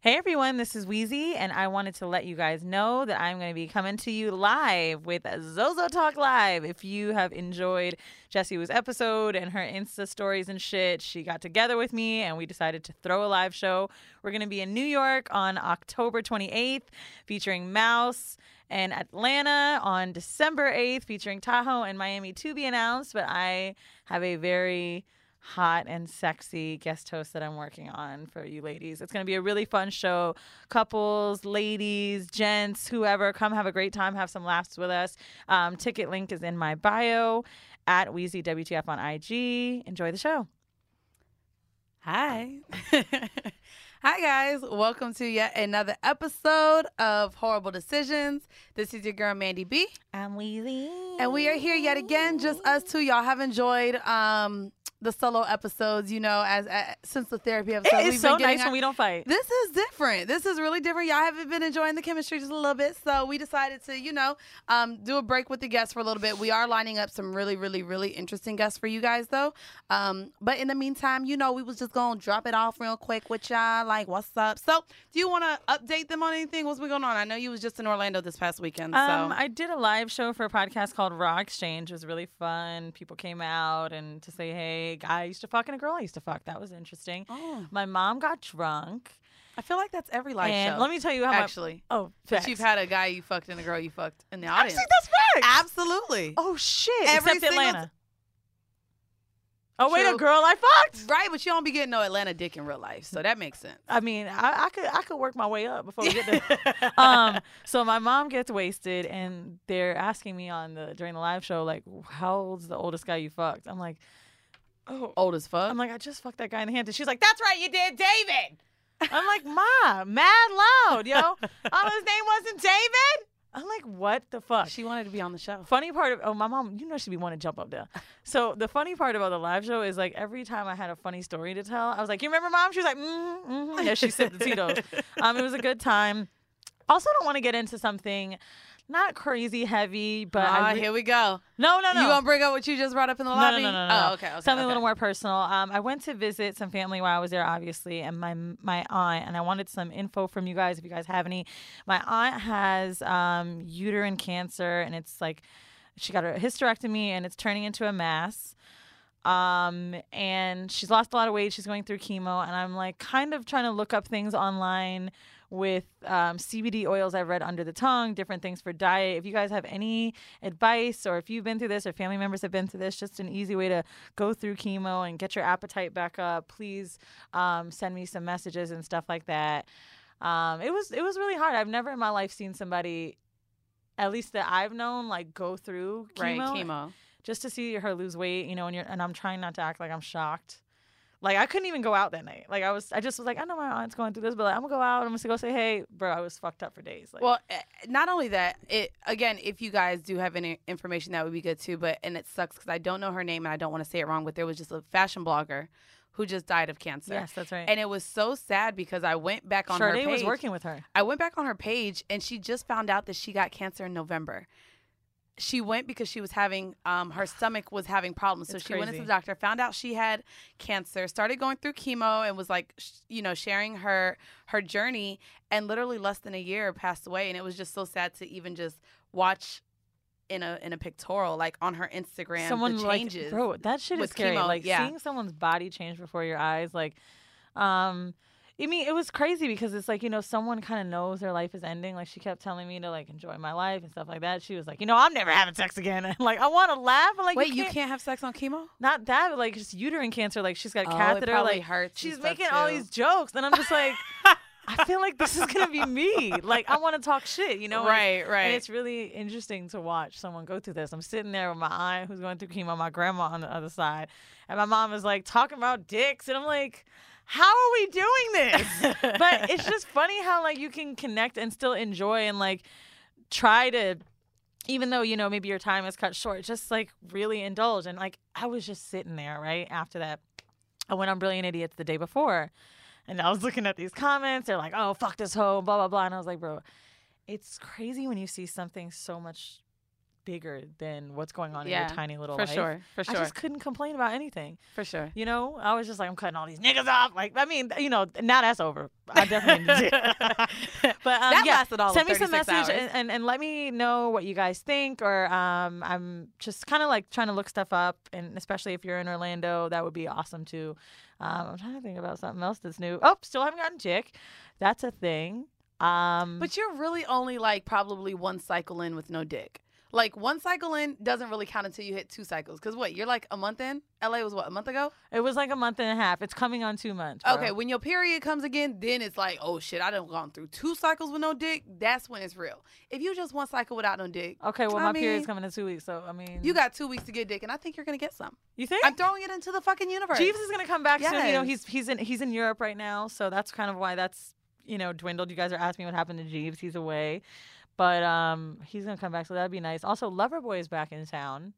Hey everyone, this is Wheezy, and I wanted to let you guys know that I'm going to be coming to you live with Zozo Talk Live. If you have enjoyed Jessie Wu's episode and her Insta stories and shit, she got together with me and we decided to throw a live show. We're going to be in New York on October 28th featuring Mouse and Atlanta on December 8th featuring Tahoe and Miami to be announced, but I have a very hot and sexy guest host that I'm working on for you ladies. It's going to be a really fun show. Couples, ladies, gents, whoever, come have a great time, have some laughs with us. Um, ticket link is in my bio at Wheezy WTF on IG. Enjoy the show. Hi. Hi, guys. Welcome to yet another episode of Horrible Decisions. This is your girl, Mandy B. I'm Wheezy. And we are here yet again, just us two. Y'all have enjoyed um, the solo episodes, you know, as, as since the therapy episode. It is so nice our- when we don't fight. This is different. This is really different. Y'all haven't been enjoying the chemistry just a little bit, so we decided to, you know, um, do a break with the guests for a little bit. We are lining up some really, really, really interesting guests for you guys, though. Um, but in the meantime, you know, we was just gonna drop it off real quick with y'all, like, what's up? So, do you want to update them on anything? What's been going on? I know you was just in Orlando this past weekend, so Um, I did a live show for a podcast called Raw Exchange. It was really fun. People came out and to say, hey, guy I used to fuck and a girl I used to fuck. That was interesting. Oh. My mom got drunk. I feel like that's every live and show. let me tell you how my- actually. oh, But facts. you've had a guy you fucked and a girl you fucked in the Actually, audience. that's facts. Absolutely. Oh shit! Every Except single Atlanta. oh wait, a True. girl I fucked. Right, but you don't be getting no Atlanta dick in real life, so that makes sense. I mean, I, I could I could work my way up before we get there. um, so my mom gets wasted, and they're asking me on the during the live show like, how old's the oldest guy you fucked? I'm like, oh, Old as fuck. I'm like, I just fucked that guy in the hand. And she's like, that's right, you did, David. I'm like, ma, mad loud, yo. oh, his name wasn't David. I'm like, what the fuck? she wanted to be on the show. Funny part of oh my mom, you know she'd be wanting to jump up there. So the funny part about the live show is like every time I had a funny story to tell, I was like, "You remember mom?" She was like, "Mm, mm." Yeah, she sipped the Tito's. Um, it was a good time. Also, don't want to get into something not crazy heavy, but Ah, I re- here we go. no, no, no. You gonna bring up what you just brought up in the No, lobby? No, no, no, no. Oh, okay. okay Something okay. a little more personal. Um, I went to visit some family while I was there, obviously, and my my aunt. And I wanted some info from you guys if you guys have any. My aunt has um, uterine cancer, and it's like she got her hysterectomy, and it's turning into a mass. Um, and she's lost a lot of weight. She's going through chemo, and I'm like kind of trying to look up things online with um, CBD oils I've read under the tongue, different things for diet. If you guys have any advice, or if you've been through this, or family members have been through this, just an easy way to go through chemo and get your appetite back up. Please um, send me some messages and stuff like that. Um, it was it was really hard. I've never in my life seen somebody, at least that I've known, like go through right, chemo. just to see her lose weight, you know, and you're and I'm trying not to act like I'm shocked. Like I couldn't even go out that night. Like I was, I just was like, I know my aunt's going through this, but like, I'm gonna go out. I'm gonna go say, hey, bro, I was fucked up for days. Like, Well, eh, not only that, it again, if you guys do have any information, that would be good too. But and it sucks because I don't know her name and I don't want to say it wrong. But there was just a fashion blogger who just died of cancer. yes, that's right. And it was so sad because I went back on her Sade page. was working with her. I went back on her page and she just found out that she got cancer in November. She went because she was having um, her stomach was having problems, so It's she went into crazy. the doctor, found out she had cancer, started going through chemo, and was like, sh- you know, sharing her her journey. And literally less than a year passed away, and it was just so sad to even just watch in a in a pictorial, like on her Instagram, someone the like changes. bro that shit with is scary chemo, like yeah. seeing someone's body change before your eyes like um i mean it was crazy because it's like you know someone kind of knows their life is ending like she kept telling me to like enjoy my life and stuff like that she was like you know i'm never having sex again and like i want to laugh but like Wait, you you can't, can't have sex on chemo? not that but like just uterine cancer like she's got a Oh, it catheter probably like hurts and she's stuff, making all too. these jokes and i'm just like i feel like this is gonna be me like i want to talk shit you know and- right, right. and it's really interesting to watch someone go through this. I'm sitting there with my aunt who's going through chemo, my grandma on the other side, and my mom is like talking about dicks, and I'm like, how are we doing this? but it's just funny how like you can connect and still enjoy and like try to even though you know maybe your time is cut short just like really indulge and like i was just sitting there right after that i went on brilliant idiots the day before and i was looking at these comments they're like oh fuck this hoe blah blah blah and i was like bro it's crazy when you see something so much bigger than what's going on in Yeah, your tiny little for life sure, for i sure, just couldn't complain about anything for sure. you know, I was just like, I'm cutting all these niggas off. Like, I mean, you know, now that's over. I definitely did. but um, That yeah, lasted all of send me some 36 message hours. And, and, and let me know what you guys think. Or um, I'm just kind of like trying to look stuff up, and especially if you're in Orlando, that would be awesome too. Um, I'm trying to think about something else that's new. Oh, still haven't gotten chick. That's a thing. Um, But you're really only like probably one cycle in with no dick. Like one cycle in doesn't really count until you hit two cycles. Cause what? You're like a month in. LA was what a month ago. it was like a month and a half. It's coming on two months. bro. Okay, when your period comes again, then it's like, oh shit, I done gone through two cycles with no dick. That's when it's real. If you just one cycle without no dick, Okay. Well, I my period's mean, coming in two weeks, so I mean, you got two weeks to get dick, and I think you're gonna get some. You think I'm throwing it into the fucking universe. Jeeves is gonna come back soon. You know, Yes. he's he's in he's in Europe right now, so that's kind of why that's you know dwindled. You guys are asking me what happened to Jeeves. He's away, but um, he's gonna come back, so that'd be nice. Also, Loverboy is back in town,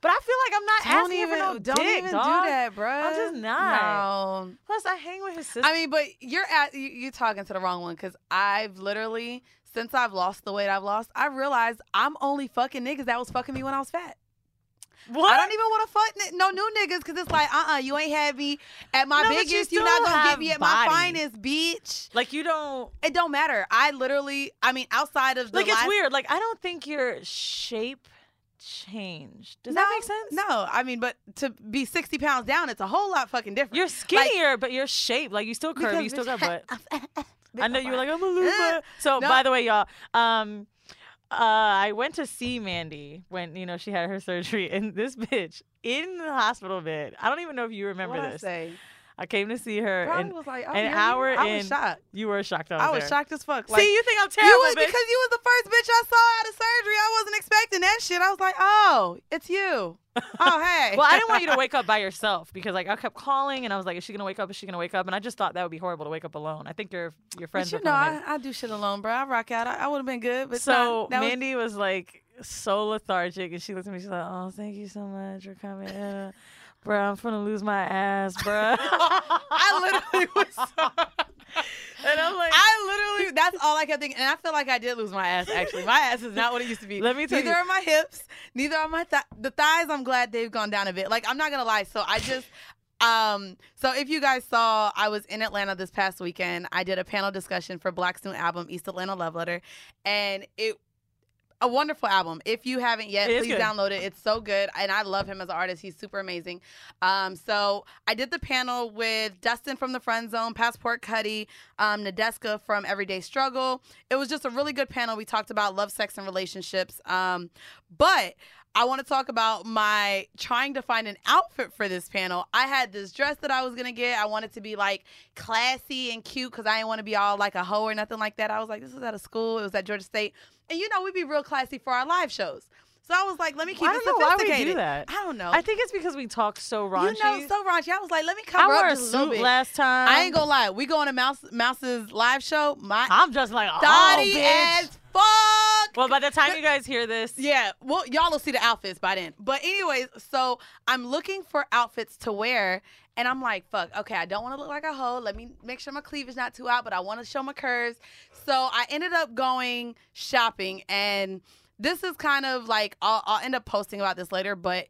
but I feel like I'm not don't asking even, for no don't dick, even dog. do that, bruh. I'm just not. No. Plus, I hang with his sister. I mean, but you're at you, you're talking to the wrong one because I've literally since I've lost the weight I've lost, I realized I'm only fucking niggas that was fucking me when I was fat. what? I don't even want to fuck ni- no new niggas because it's like, uh, uh you ain't had me at my No, but you biggest. are still not gonna have get me at body. my finest, bitch. like you don't. It don't matter. I literally, I mean, outside of the Like it's last- weird. Like I don't think your shape changed. Does no, that make sense? No, I mean, but to be sixty pounds down, it's a whole lot fucking different. You're Like, skinnier, but your shape, like you still curvy, because you still bitch, got butt. I know you were like, I'm a Eh, loser. So no. by the way, y'all, um, uh, I went to see Mandy when you know she had her surgery, and this bitch in the hospital bed. I don't even know if you remember What'd I this. say? I came to see her, Bro, I and was like, oh, an yeah, hour I was in, shocked. you were shocked. I was, I was there. shocked as fuck. See, Like, you think I'm you terrible, was bitch? because you was the first bitch I saw out of surgery. I wasn't expecting that shit. I was like, oh, it's you. Oh, hey. well, I didn't want you to wake up by yourself because like I kept calling, and I was like, is she gonna wake up? Is she gonna wake up? And I just thought that would be horrible to wake up alone. I think your your friends But you were know, coming. I, I do shit alone, bro. I rock out. I, I would have been good, but so not, that was- Mandy was, like so lethargic, and she looked at me. She's like, "Oh, thank you so much for coming, uh, in. bro. I'm gonna lose my ass, bro." I literally was. So, and I'm like, I literally. That's all I kept thinking, and I feel like I did lose my ass. Actually, my ass is not what it used to be. Let me tell neither you- are my hips. Neither are my th- the thighs. I'm glad they've gone down a bit. Like I'm not gonna lie. So I just. Um, so if you guys saw, I was in Atlanta this past weekend. I did a panel discussion for Black's new album, East Atlanta Love Letter, and it a wonderful album. If you haven't yet, It is please good. download it. It's so good, and I love him as an artist. He's super amazing. Um, so I did the panel with Dustin from the Friend Zone, Passport Cuddy, um, Nadeska from Everyday Struggle. It was just a really good panel. We talked about love, sex, and relationships. Um, but I want to talk about my trying to find an outfit for this panel. I had this dress that I was gonna get. I wanted to be like classy and cute because I didn't want to be all like a hoe or nothing like that. I was like, this was at a school. It was at Georgia State, and you know we be real classy for our live shows. So I was like, let me keep I it don't know why we sophisticated. do that. I don't know. I think it's because we talked so raunchy. You know, so raunchy. I was like, let me I cover wore up a just a little suit bit. last time. I ain't gonna lie. We go on a mouse mouse's live show. My I'm just like, oh, thotty bitch. as fuck. Well, by the time you guys hear this, Yeah, well, y'all will see the outfits by then. But anyways, so I'm looking for outfits to wear, and I'm like, fuck, okay, I don't want to look like a hoe. Let me make sure my cleavage not too out, but I want to show my curves. So I ended up going shopping, and this is kind of like I'll, I'll end up posting about this later, but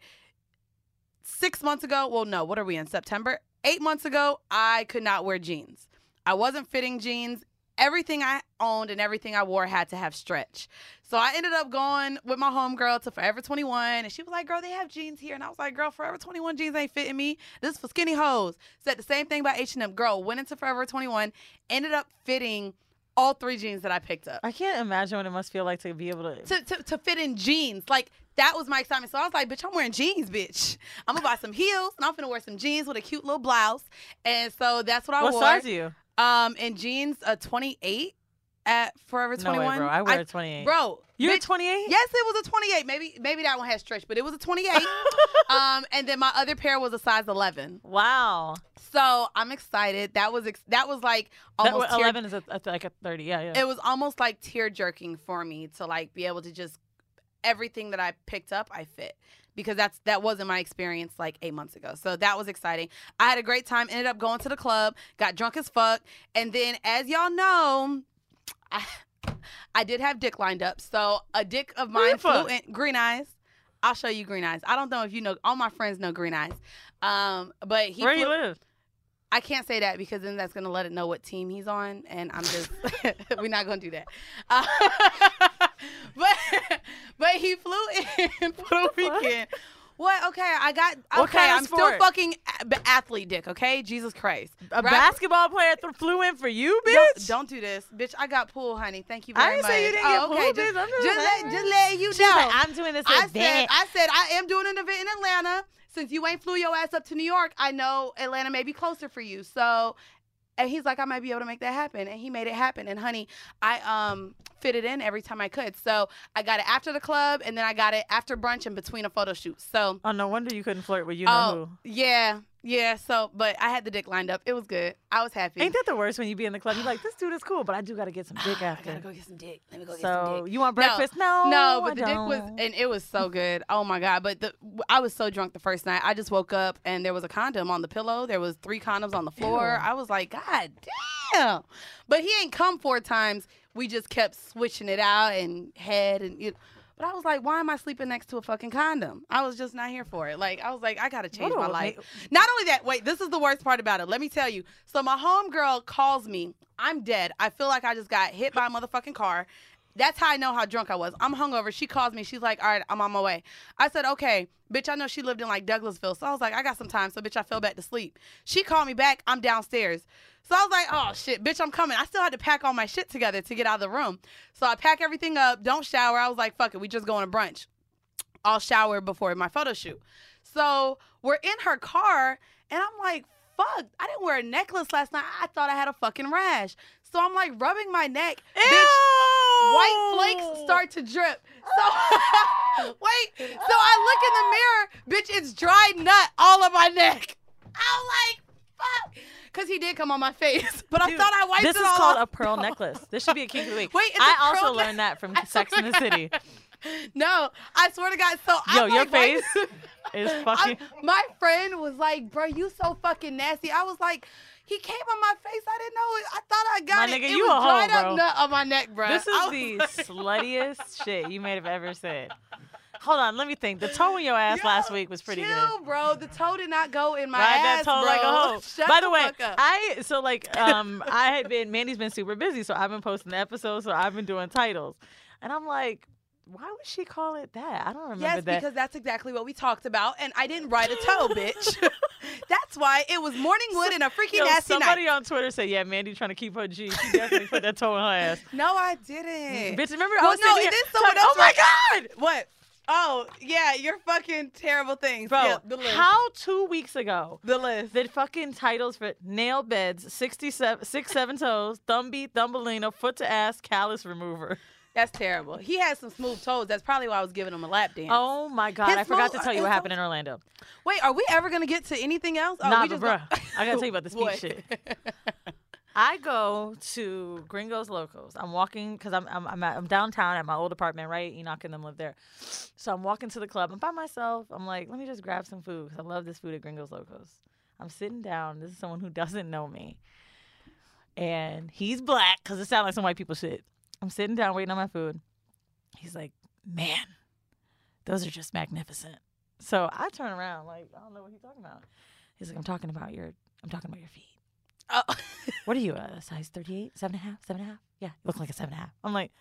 six months ago, well, no, what are we in September? Eight months ago, I could not wear jeans. I wasn't fitting jeans. Everything I owned and everything I wore had to have stretch. So I ended up going with my homegirl to Forever 21, and she was like, Girl, they have jeans here. And I was like, Girl, Forever 21 jeans ain't fitting me. This is for skinny hoes. Said the same thing about H&M. Girl, went into Forever 21, ended up fitting all three jeans that I picked up I can't imagine what it must feel like to be able to. to, to, to fit in jeans. Like that was my excitement. So I was like, bitch, I'm wearing jeans, bitch. I'm gonna buy some heels and I'm gonna wear some jeans with a cute little blouse. And so that's what I what wore. size are you? Um in jeans a 28 at Forever No 21. way, bro. I wear a 28. Bro, You're bitch, 28? Yes, it was a 28. Maybe maybe that one had stretch, but it was a 28. um, and then my other pair was a size 11. Wow. So I'm excited. That was ex- that was like That, almost tear- 11 is a, a- like a 30. Yeah, yeah. it was almost like tear jerking for me to like be able to just everything that I picked up I fit because that's that wasn't my experience like 8 months ago. So that was exciting. I had a great time, ended up going to the club, got drunk as fuck, and then as y'all know, I I did have dick lined up. So a dick of Who you mine flew fuck? in green eyes. I'll show you green eyes. I don't know if you know all my friends know green eyes. Um but he Where you flew- live? I can't say that because then that's gonna let it know what team he's on, and I'm just we're not gonna do that. Uh, but but he flew in for the weekend. What? Okay, I got. Okay, What kind of I'm sport? still fucking a- b- athlete dick. Okay, Jesus Christ. A Rap- basketball player th- flew in for you, bitch? Don't, don't do this, bitch. I got pool, honey. Thank you very I didn't much. say you didn't Oh, get okay, pool, just, bitch. I'm just just saying. let, just let you She's know. like, I'm doing this I said, event. I said, I am doing an event in Atlanta. Since you ain't flew your ass up to New York, I know Atlanta may be closer for you. So, and he's like, I might be able to make that happen, and he made it happen. And honey, I um fit it in every time I could. So I got it after the club, and then I got it after brunch and between a photo shoot. So, Oh, no wonder you couldn't flirt with you know oh yeah, yeah. So, but I had the dick lined up. It was good. I was happy. who. Ain't that the worst when you be in the club? You're like, this dude is cool, but I do got to get some dick I after. gotta go get some dick. Let me go get some so dick. you want No, breakfast? No, No, but I the dick was, don't. and it was so good. Oh my god! But the, I was so drunk the first night. I just woke up and there was a condom on the pillow. There was three condoms on the floor. I was like, God damn! But he ain't come four times. We just kept switching it out and head and you. But I was like, why am I sleeping next to a fucking condom? I was just not here for it. Like I was like, I gotta change What my a- life. Not only that, wait, this is the worst part about it. Let me tell you. So my homegirl calls me. I'm dead. I feel like I just got hit by a motherfucking car. That's how I know how drunk I was. I'm hungover. She calls me. She's like, all right, I'm on my way. I said, okay, bitch, I know she lived in like Douglasville. So I was like, I got some time. So, bitch, I fell back to sleep. She called me back. I'm downstairs. So I was like, oh shit, bitch, I'm coming. I still had to pack all my shit together to get out of the room. So I pack everything up, don't shower. I was like, fuck it, we just going to brunch. I'll shower before my photo shoot. So we're in her car, and I'm like, fuck, I didn't wear a necklace last night. I thought I had a fucking rash. So I'm like rubbing my neck. Bitch, white flakes start to drip. So wait, so I look in the mirror, bitch, it's dried nut all of my neck. I'm like, fuck. Cause he did come on my face, but I Dude, thought I wiped This it is all called off. a pearl necklace. This should be a king of the week. Wait, it's I a also pearl learned that from Sex in the City. No, I swear to God. So Yo, I'm your like, wiping- face is I- fucking. my friend was like, "Bro, you so fucking nasty." I was like, "He came on my face. I didn't know. It. I thought I got My it. nigga, it you was a hoe, dried bro. up nut on my neck, bro." This is I was the like- sluttiest shit you may have ever said. Hold on, let me think. The toe in your ass last Yo, week was pretty good. chill, bro. The toe did not go in my Ride that ass, toe bro. like a hoe. Shut By the, the way, fuck up. I so like um I had been Mandy's been super busy, so I've been posting the episodes, so I've been doing titles, and I'm like, why would she call it that? I don't remember Yes, that. because that's exactly what we talked about, and I didn't ride a toe, bitch. that's why it was morning wood and a freaking Yo, nasty somebody night. on Twitter said, "Yeah, Mandy trying to keep her G. She definitely put that toe in her ass." No, I didn't. Bitch, remember? I Well, was no, sitting it here is someone talking- Oh else. my god, god! What? Oh yeah, you're fucking terrible things, bro! Yeah, the list. how two weeks ago the list? the fucking titles for nail beds, 67, six seven toes, thumb beat, thumbelina, foot to ass, callus remover. That's terrible. He had some smooth toes. That's probably why I was giving him a lap dance. Oh my God! His I forgot to mo- tell you his what happened mo- in Orlando. Wait, are we ever gonna get to anything else? Oh, nah, we but just bruh, go- I gotta tell you about this Boy. speed shit. I go to Gringos Locos. I'm walking because I'm I'm I'm, at, I'm downtown at my old apartment, right? Enoch and them live there, so I'm walking to the club. I'm by myself. I'm like, let me just grab some food because I love this food at Gringos Locos. I'm sitting down. This is someone who doesn't know me, and he's black because it sounds like some white people shit. I'm sitting down waiting on my food. He's like, man, those are just magnificent. So I turn around like I don't know what he's talking about. He's like, I'm talking about your I'm talking about your feet. Oh. What are you, a size 38, seven and a half, seven and a half? Yeah, you look like a seven and a half. I'm like,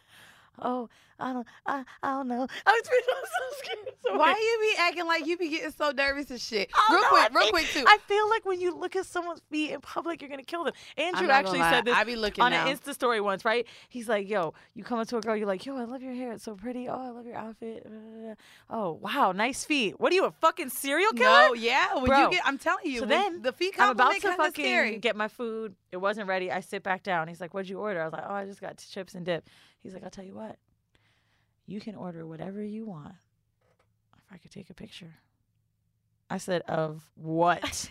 oh, I don't, I, I don't know. I was, I'm so scared. So Why bad. you be acting like you be getting so nervous and shit? Oh, real no, quick, I real think- quick too. I feel like when you look at someone's feet in public, you're gonna kill them. Andrew actually said this I be looking on now. an Insta story once, right? He's like, "Yo, you come up to a girl, you're like, yo, I love your hair, it's so pretty. Oh, I love your outfit. blah, blah, blah. Oh, wow, nice feet. What are you, a fucking serial killer? no, yeah. When Bro. you get, I'm telling you. So when then the feet I'm about compliment to kinda fucking scary. get my food. It wasn't ready. I sit back down. He's like, "What'd you order?" I was like, "Oh, I just got chips and dip." He's like, "I'll tell you what. You can order whatever you want. If I could take a picture." I said, "Of what?"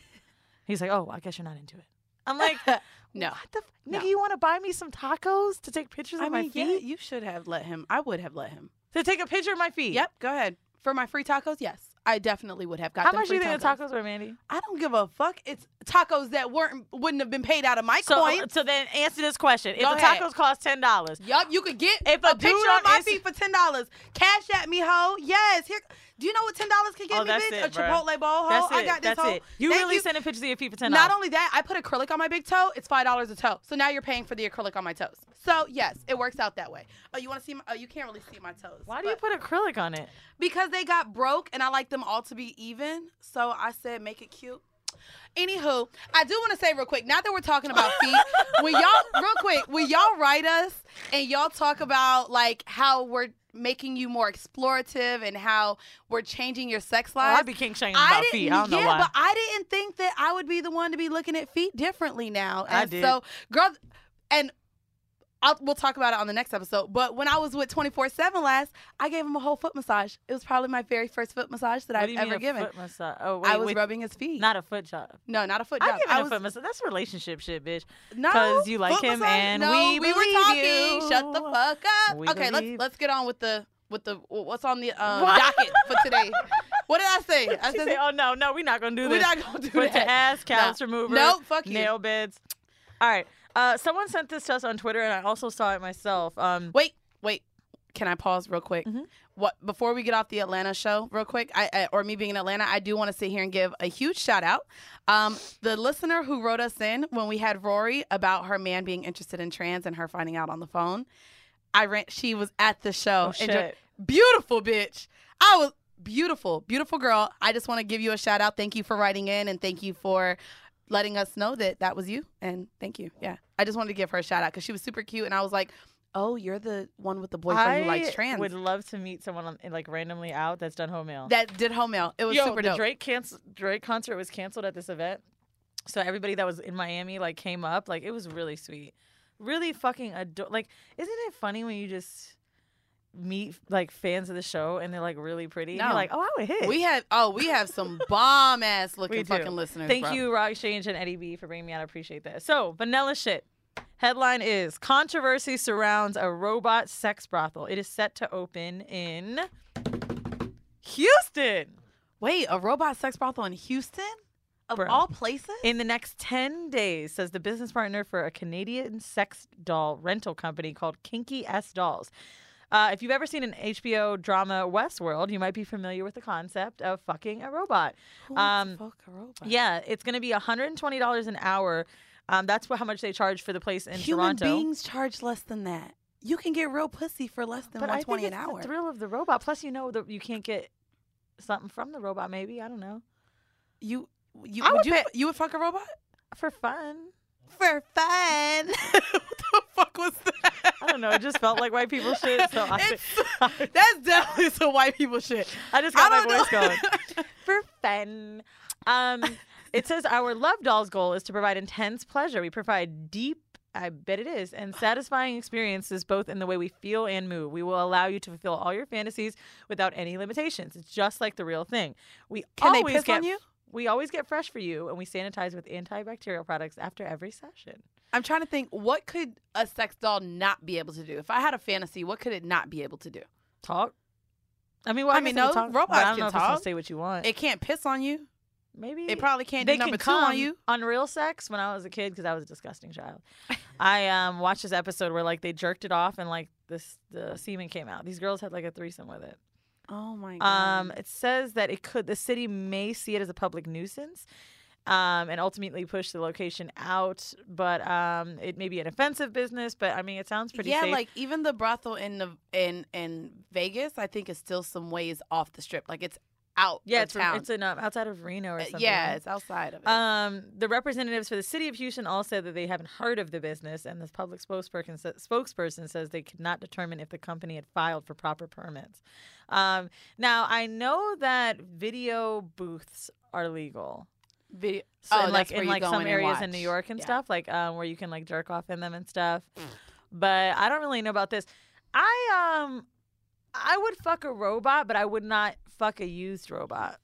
He's like, "Oh, I guess you're not into it." I'm like, No. what the f- No. nigga? You want to buy me some tacos to take pictures I of my mean, yeah, feet? you should have let him. I would have let him. To take a picture of my feet? Yep, go ahead. For my free tacos, yes, I definitely would have got How them much do free you think the tacos. tacos were, Mandy? I don't give a fuck. It's tacos that weren't wouldn't have been paid out of my So, coin. so then answer this question: If Go the ahead. tacos cost ten dollars, Yup, you could get If if a a, picture dude of on my Insta- feet for ten dollars. Cash at me, hoe. Yes, here. Do you know what ten dollars could get Oh, me, that's bitch? it, a bruh. Chipotle bowl, hoe. That's it. I got this that's hoe. it. You Thank really you. sending pictures of your feet for ten dollars. Not only that, I put acrylic on my big toe. It's five dollars a toe. So now you're paying for the acrylic on my toes. So yes, it works out that way. Oh, you want to see? My, oh, you can't really see my toes. Why do you but- put acrylic on it? Because they got broke, and I like them all to be even. So I said, make it cute. Anywho, I do want to say real quick. Now that we're talking about feet, when y'all real quick, when y'all write us and y'all talk about like how we're making you more explorative and how we're changing your sex life. I Oh, be king shaming about feet. I don't yeah, know why. but I didn't think that I would be the one to be looking at feet differently now. And I did. So, girl, and I'll, we'll talk about it on the next episode. But when I was with twenty four seven last, I gave him a whole foot massage. It was probably my very first foot massage that What do I've you mean ever a given. Foot massage? Oh, wait, I was with- rubbing his feet. Not a foot job. no, not a foot. I job. give it I a was, foot massage. That's relationship shit, bitch. No, 'cause you like foot him massage? and no, we were believe talking. Shut the you. fuck up. We okay, believe- let's let's get on with the with the what's on the um, What? docket for today. What did I say? I She said- said, "Oh no, no, we're not gonna do We're this. not gonna do Foot that. to ass, callus Nah. remover. Nope, fuck you. Nail beds. All right. Uh, someone sent this to us on Twitter, and I also saw it myself. Um, Mm-hmm. Wait, wait. Can I pause real quick? What before we get off the Atlanta show, real quick, I, I or me being in Atlanta, I do want to sit here and give a huge shout out. Um, the listener who wrote us in when we had Rory about her man being interested in trans and her finding out on the phone, I ran. She was at the show. Oh, and shit. beautiful bitch. I was beautiful, beautiful girl. I just want to give you a shout out. Thank you for writing in and thank you for letting us know that that was you. And thank you. Yeah. I just wanted to give her a shout out because she was super cute. And I was like, oh, you're the one with the boyfriend I who likes trans would love to meet someone on, eh, like randomly out that's done home mail. that did home mail. It was Yo, super the dope. Drake cancel Drake concert was canceled at this event. So everybody that was in Miami like came up. Like it was really sweet. Really fucking ador- like isn't it funny when you just meet like fans of the show and they're like really pretty and No. you're like, "Oh, I would hit." we have, oh, we have some bomb ass We looking do. fucking listeners. Thank bro. you Rock Exchange and Eddie B for bringing me out. I appreciate that. So, vanilla shit. Headline is Controversy surrounds a robot sex brothel. It is set to open in Houston. Wait, a robot sex brothel in Houston? Of Bro. all places? In the next 10 days, says the business partner for a Canadian sex doll rental company called Kinky S Dolls. Uh, if you've ever seen an HBO drama Westworld, you might be familiar with the concept of fucking a robot. Who wants to Um, fuck a robot? Yeah, it's going to be $120 an hour. Um, that's what, how much they charge for the place in Human Toronto. beings charge less than that. You can get real pussy for less than but I think 120 an it's hour. the thrill of the robot. Plus, you know that you can't get something from the robot. Maybe I don't know You you I would, would you pay- you would fuck a robot for fun. for fun? what the fuck was that? I don't know. It just felt like white people shit. So I, It's- that's definitely some white people shit. I just I got my voice don't know. going. for fun. Um, it says our love dolls goal is to provide intense pleasure. We provide deep I bet it is. And satisfying experiences both in the way we feel and move. We will allow you to fulfill all your fantasies without any limitations. It's just like the real thing. We Can they always piss get on you? We always get fresh for you and we sanitize with antibacterial products after every session. I'm trying to think what could a sex doll not be able to do? If I had a fantasy, what could it not be able to do? Talk. I mean, well, I guess mean, they can no, talk, but robots I don't can know if it's gonna talk. say what you want. It can't piss on you. Maybe It probably can't they do number can two on come you. on real sex when I was a kid because I was a disgusting child. I um watched this episode where like they jerked it off and like this the semen came out. These girls had like a threesome with it. Oh my Um, it says that it could the city may see it as a public nuisance. Um, and ultimately push the location out, but um, it may be an offensive business. But I mean, it sounds pretty yeah, safe. like even the brothel in the in in Vegas, I think is still some ways off the strip. Like it's out. yeah, of it's, town. it's in, um, outside of Reno or Uh, something. yeah, right? it's outside of it. Um, the representatives for the city of Houston all said that they haven't heard of the business, and this public spokesperson sa- spokesperson says they could not determine if the company had filed for proper permits. Um, now I know that video booths are legal. Video. So oh, in, like that's where in you like go some in areas in watch. New York and Yeah. Mm. stuff, like um, where you can like jerk off in them and stuff. But I don't really know about this. I um, I would fuck a robot, but I would not fuck a used robot.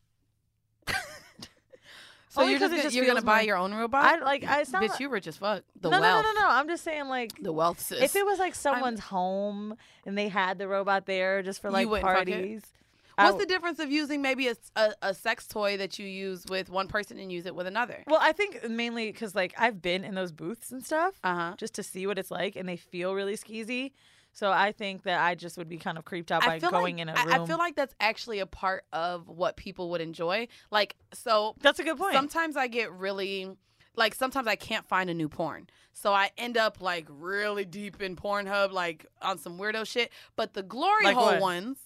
So Only you're 'cause just, it gonna- just you're gonna feels buy more- your own robot? I like I sound Bitch, you were just fuck the no, wealth. no, no, no, no. I'm just saying, like, The wealth sis. if it was like someone's home and they had the robot there just for like wouldn't fuck it? parties. I What's the w- difference of using maybe a, s- a- a sex toy that you use with one person and use it with another? well, I think mainly because like I've been in those booths and stuff Uh huh. just to see what it's like, and they feel really skeezy. So I think that I just would be kind of creeped out by I feel going like, in a I- room. I feel like that's actually a part of what people would enjoy. Like so, that's a good point. sometimes I get really like sometimes I can't find a new porn. So I end up like really deep in Pornhub, like on some weirdo shit. But the glory Like hole what? ones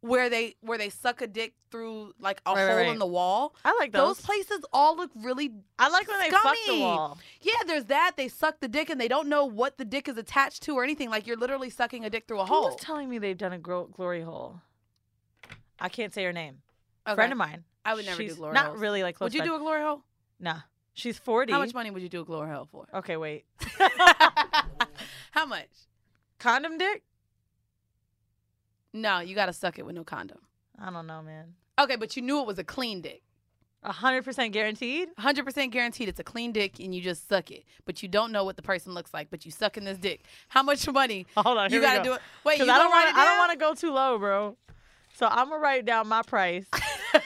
where they where they suck a dick through like a Right, right, hole right. in the wall. I like Those those. places all look really I like when they fuck the scummy. wall. Yeah, there's that. They suck the dick and they don't know what the dick is attached to or anything. Like you're literally sucking a dick through a Who was hole. telling me they've done a gro- glory hole? I can't say her name. Okay. Friend of mine. I would never She's do glory Not holes. really like close. Would you do a glory hole? Nah. She's forty. How much money would you do a glory hole for? Okay, wait. How much? Condom dick? No, you gotta suck it with no condom. I don't know, man. Okay, but you knew it was a clean dick. A hundred percent guaranteed. 100% guaranteed it's a clean dick and you just suck it. But you don't know what the person looks like, but you suck in this dick. How much money? Hold on, here you we gotta go. do it. Wait, you Because I don't want want I don't want to go too low, bro. So I'm gonna write down my price,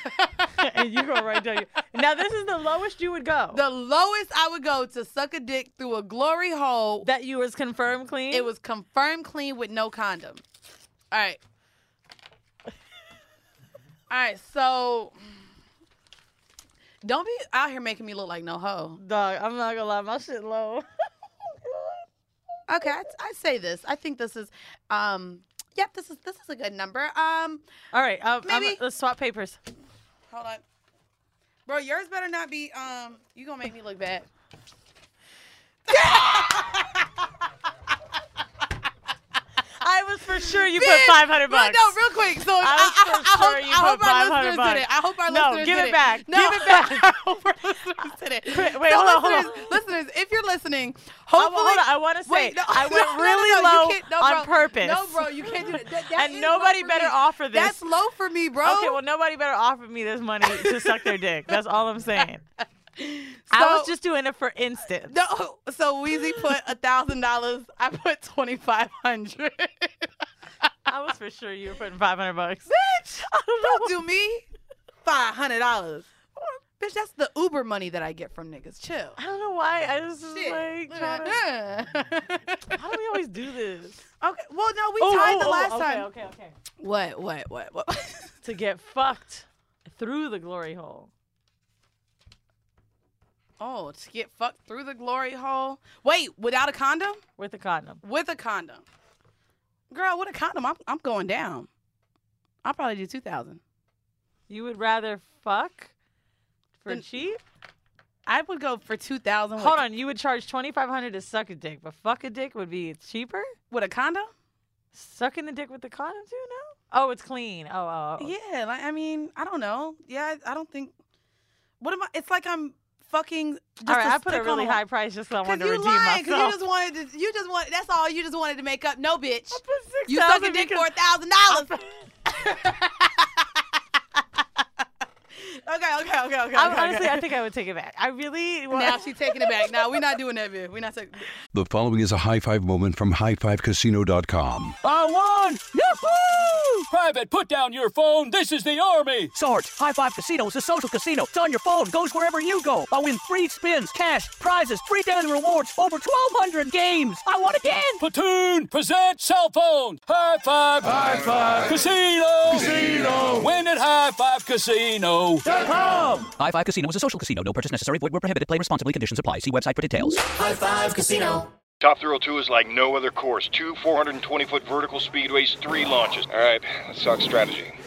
and you gonna write down. Your... Now this is the lowest you would go. The lowest I would go to suck a dick through a glory hole. That you was confirmed clean. It was confirmed clean with no condom. All right. All right, so don't be out here making me look like no hoe. dog. I'm not gonna lie, my shit low. Okay, I, I say this. I think this is, um, yep, this is this is a good number. Um, All right, um, I'm- Maybe- let's swap papers. Hold on. Bro, yours better not be um you gonna make me look bad. I was for sure you put 500 bucks. No, real quick. So I, was I, for I, sure hope, you I hope put our 500 listeners bucks. did it. I hope our No, listeners give did it back. No. Give it back. I hope our listeners did it. Wait, wait, So hold on, hold on. listeners, Listeners, if you're listening, I, hopefully hold on, I want to say Wait, no, I no, went no, no, really no, you low can't- no, on bro. purpose. No, bro, you can't do that. that, that And is nobody low for better me. offer this. That's low for me, bro. Okay, well nobody better offer me this money to suck their dick. That's all I'm saying. I was So- just doing it for instance. No, so Weezy put a thousand dollars. I put twenty five hundred. I was for sure you were putting 500 bucks. Bitch, don't do me. Five hundred dollars. Bitch, that's the Uber money that I get from niggas. Chill. I don't know why. I just was Shit. like, trying to, how do we always do this? okay. Well, no, we Oh, tied oh, the oh, last okay, time. Okay, okay. What? What? What? What? To get fucked through the glory hole. oh, to get fucked through the glory hole. Wait, without a condom? With a condom. With a condom. Girl, with a condom, I'm I'm going down. I'll probably do two thousand. You would rather fuck for Then- cheap? I would go for two thousand. Hold on, you would charge 2500 to suck a dick, but fuck a dick would be cheaper? with a condom? Sucking the dick with the condom too now? Oh, it's clean. Oh, oh. oh. Yeah, like I mean, I don't know. Yeah, I, I don't think. What am I? It's like I'm fucking. Just All right, to I put a stick really on- high price just so I wanted to you redeem lying, 'cause myself. you just wanted to, you just want that's all you just wanted to make up. No, bitch. put You 6,000 suck a dick because- for a thousand dollars. Okay, okay, okay, okay. I, okay, honestly, okay. I think I would take it back. I really. want- now she's taking it back. No, we're not doing that, bitch. We're not taking. The following is a high five moment from highfivecasino.com. I won! Yahoo! Private, put down your phone. This is the Army. Sarge, High Five Casino is a social casino. It's on your phone, goes wherever you go. I win free spins, cash, prizes, free daily rewards, over 1,200 games. I won again! Platoon, present cell phone. High five. High five. Casino. Casino. Win at High Five Casino. High Five Casino is a social casino. No purchase necessary. Void where prohibited. Play responsibly. Conditions apply. See website for details. Top Thrill 2 oh is like no other course. Two 420 foot vertical speedways, three launches. All right, let's talk strategy.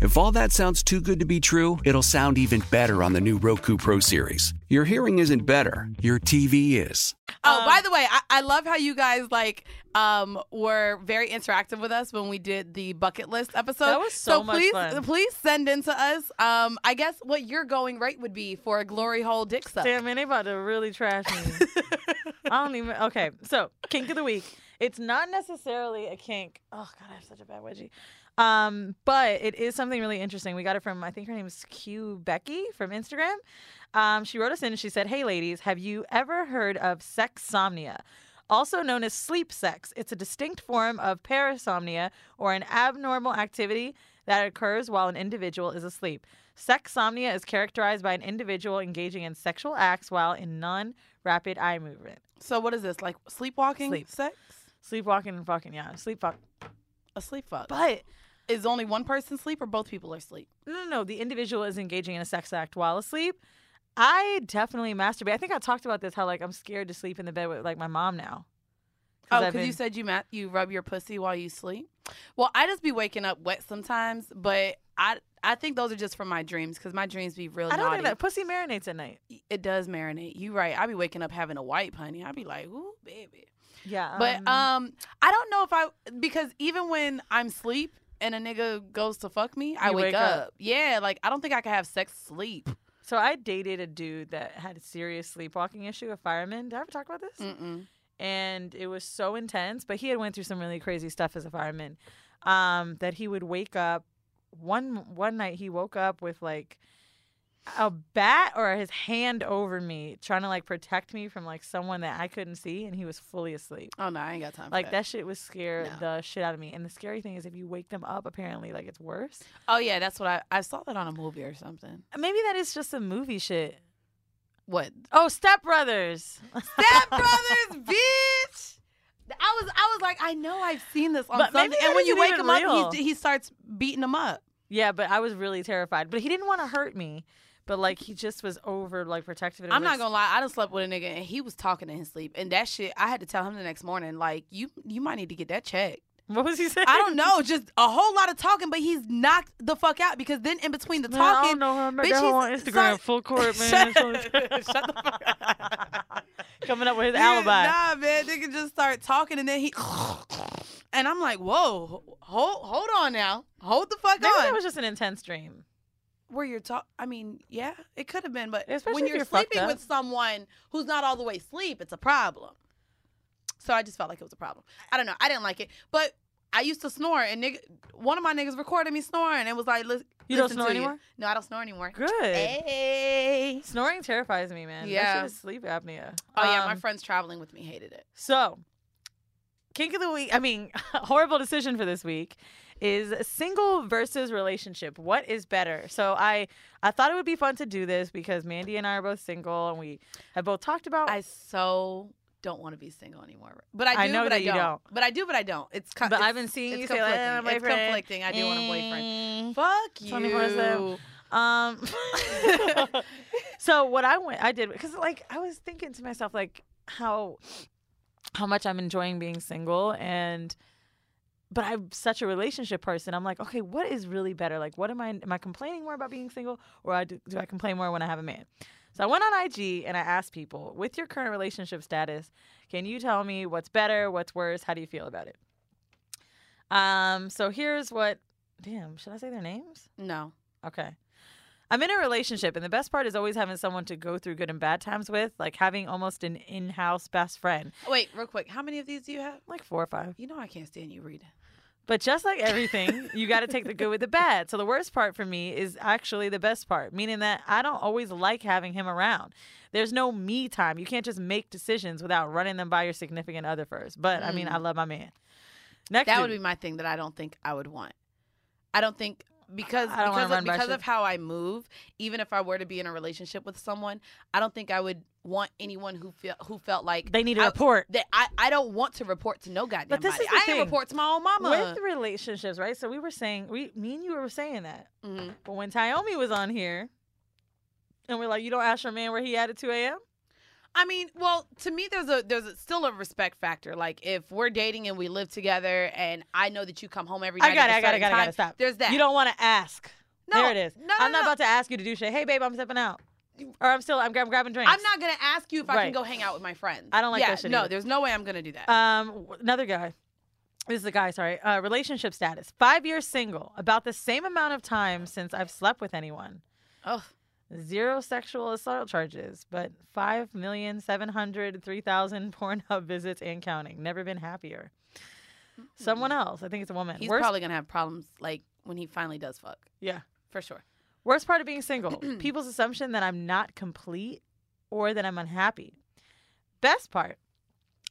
If all that sounds too good to be true, it'll sound even better on the new Roku Pro Series. Your hearing isn't better, your TV is. Oh, by Um, the way, I, I love how you guys like um were very interactive with us when we did the bucket list episode. That was so much please, fun. Please send in to us. Um, I guess what your going rate would be for a glory hole dick suck. Damn, man, they about to really trash me. I don't even. Okay, so kink of the week. It's not necessarily a kink. Oh God, I have such a bad wedgie. Um, but it is something really interesting. We got it from I think her name is Q Becky from Instagram. Um, she wrote us in and she said, "Hey ladies, have you ever heard of sexsomnia?" Also known as sleep sex, it's a distinct form of parasomnia or an abnormal activity that occurs while an individual is asleep. Sexsomnia is characterized by an individual engaging in sexual acts while in non rapid eye movement. So what is this? Like sleepwalking Sleep. sex? Sleepwalking and fucking, yeah. Sleep fuck. A sleep fuck. But is only one person sleep or both people are sleep? no, no, no. The individual is engaging in a sex act while asleep. I definitely masturbate. I think I talked about this how, like, I'm scared to sleep in the bed with, like, my mom now. Oh, I've because you been- said you ma- you rub your pussy while you sleep. Well, I just be waking up wet sometimes, but I I think those are just from my dreams because my dreams be real I don't naughty. think that pussy marinates at night. It does marinate. You right. I be waking up having a white honey. I be like, ooh, baby. Yeah. But um, I don't know if I because even when I'm sleep and a nigga goes to fuck me, I You wake, wake up. up. Yeah, like I don't think I can have sex sleep. So I dated a dude that had a serious sleepwalking issue, a fireman. Did I ever talk about this? Mm-mm. And it was so intense, but he had went through some really crazy stuff as a fireman. Um, that he would wake up one one night he woke up with like a bat or his hand over me, trying to like protect me from like someone that I couldn't see, and he was fully asleep. Oh no, I ain't got time. Like for that. that shit was scared the shit out of me. And the scary thing is if you wake them up, apparently like it's worse. Oh yeah, that's what I I saw that on a movie or something. Maybe that is just a movie shit. What? Oh, Step Brothers. Step Brothers, bitch. I was I was like I know I've seen this on But maybe something. that And when you isn't wake him even up, he real. he starts beating him up. Yeah, but I was really terrified. But he didn't want to hurt me. But like he just was over like protective. and it I'm not was- gonna lie, I done slept with a nigga and he was talking in his sleep, and that shit I had to tell him the next morning, like you you might need to get that checked. What was he saying? I don't know, just a whole lot of talking, but he's knocked the fuck out because then in between the Man, talking, I don't know. I met bitch, that hoe on he's- Instagram. sorry- Full court, man. Shut- Shut the fuck up. Coming up with his Yeah, alibi. Nah, man, they can just start talking and then he, and I'm like, whoa, hold hold on now, hold the fuck Maybe that on. was just an intense dream. Where you're talk, I mean, yeah, it could have been, but Especially when if you're, you're fucked sleeping up. with someone who's not all the way asleep, it's a problem. So I just felt like it was a problem. I don't know, I didn't like it, but. I used to snore, and nigga, one of my niggas recorded me snoring, and it was like, "Lis- You don't listen to snore anymore? No, I don't snore anymore. Good. Hey. Snoring terrifies me, man. That Yeah. shit is sleep apnea. Oh yeah, my Um, friends traveling with me hated it. So, kink of the week. I mean, horrible decision for this week is single versus relationship. What is better? So I I thought it would be fun to do this because Mandy and I are both single and we have both talked about. I so don't want to be single anymore. But I do, I know but that I you don't. don't. But I do, but I don't. It's co- But it's- I've been seeing it's you say, conflicting. like, "Eh, my it's boyfriend." conflicting. I do want a boyfriend. Mm. Fuck you. 24/7. Um, so what I went, I did because like I was thinking to myself like how how much I'm enjoying being single and but I'm such a relationship person. I'm like, okay, what is really better? Like, what am I? Am I complaining more about being single, or I do, do I complain more when I have a man? So I went on IG and I asked people, with your current relationship status, can you tell me what's better, what's worse? How do you feel about it? Um, so here's what. Damn, should I say their names? No. Okay. I'm in a relationship, and the best part is always having someone to go through good and bad times with, like having almost an in house best friend, Wait, real quick. How many of these do you have? like four or five. You know I can't stand you reading. But just like everything, you got to take the good with the bad. So the worst part for me is actually the best part, meaning that I don't always like having him around. There's no me time. You can't just make decisions without running them by your significant other first. But I mean, I love my man. Next, Mm. That dude. would be my thing that I don't think I would want. I don't think because I don't wanna because run of, by because shit. of how I move, even if I were to be in a relationship with someone, I don't think I would want anyone who feel who felt like They need a I- report. That I, I don't want to report to no goddamn. But this body. is the I thing. didn't report to my own mama. with relationships, right? So we were saying, we, me and you were saying that. Mhm. But when Taomi was on here, and we're like, you don't ask your man where he at at 2 a.m. I mean, well, to me, there's a there's a, still a respect factor. Like if we're dating and we live together, and I know that you come home every night. I got it, at a I got it, I certain got it, I got time, it. Stop. There's that. You don't want to ask. No, there it is. no, no, I'm not no. about to ask you to do shit. Hey, babe, I'm stepping out, or I'm still, I'm, I'm grabbing drinks. I'm not gonna ask you if I Right. can go hang out with my friends. I don't like yeah, that shit No, either. there's no way I'm gonna do that. Um, w- another guy. This is a guy. Sorry. Uh, relationship status: five years single. About the same amount of time since I've slept with anyone. oh, Zero sexual assault charges, but five million seven hundred three thousand Pornhub visits and counting. Never been happier. Someone else. I think it's a woman. he's Worst- probably gonna have problems like when he finally does fuck, yeah. for sure. Worst part of being single people's assumption that I'm not complete or that I'm unhappy. Best part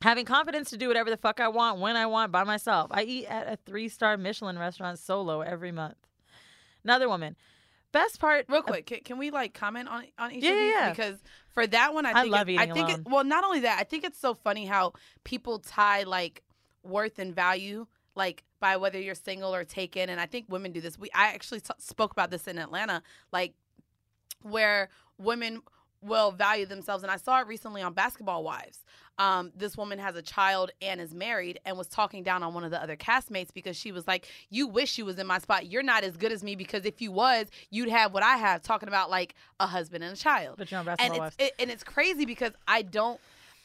having confidence to do whatever the fuck I want when I want by myself. I eat at a three star Michelin restaurant solo every month. Another woman. Best part. Real quick, can, can we like comment on on each uh, Yeah, of yeah, these yeah. because for that one, I I think it- love eating I think alone. it, well, not only that, I think it's so funny how people tie like worth and value like by whether you're single or taken, and I think women do this. We I actually t- spoke about this in Atlanta, like where women will value themselves. And I saw it recently on Basketball Wives. Um, this woman has a child and is married and was talking down on one of the other castmates because she was like, You wish you was in my spot. You're not as good as me because if you was, you'd have what I have, talking about like a husband and a child. But you're on and basketball it's, wives. it, and it's crazy because I don't,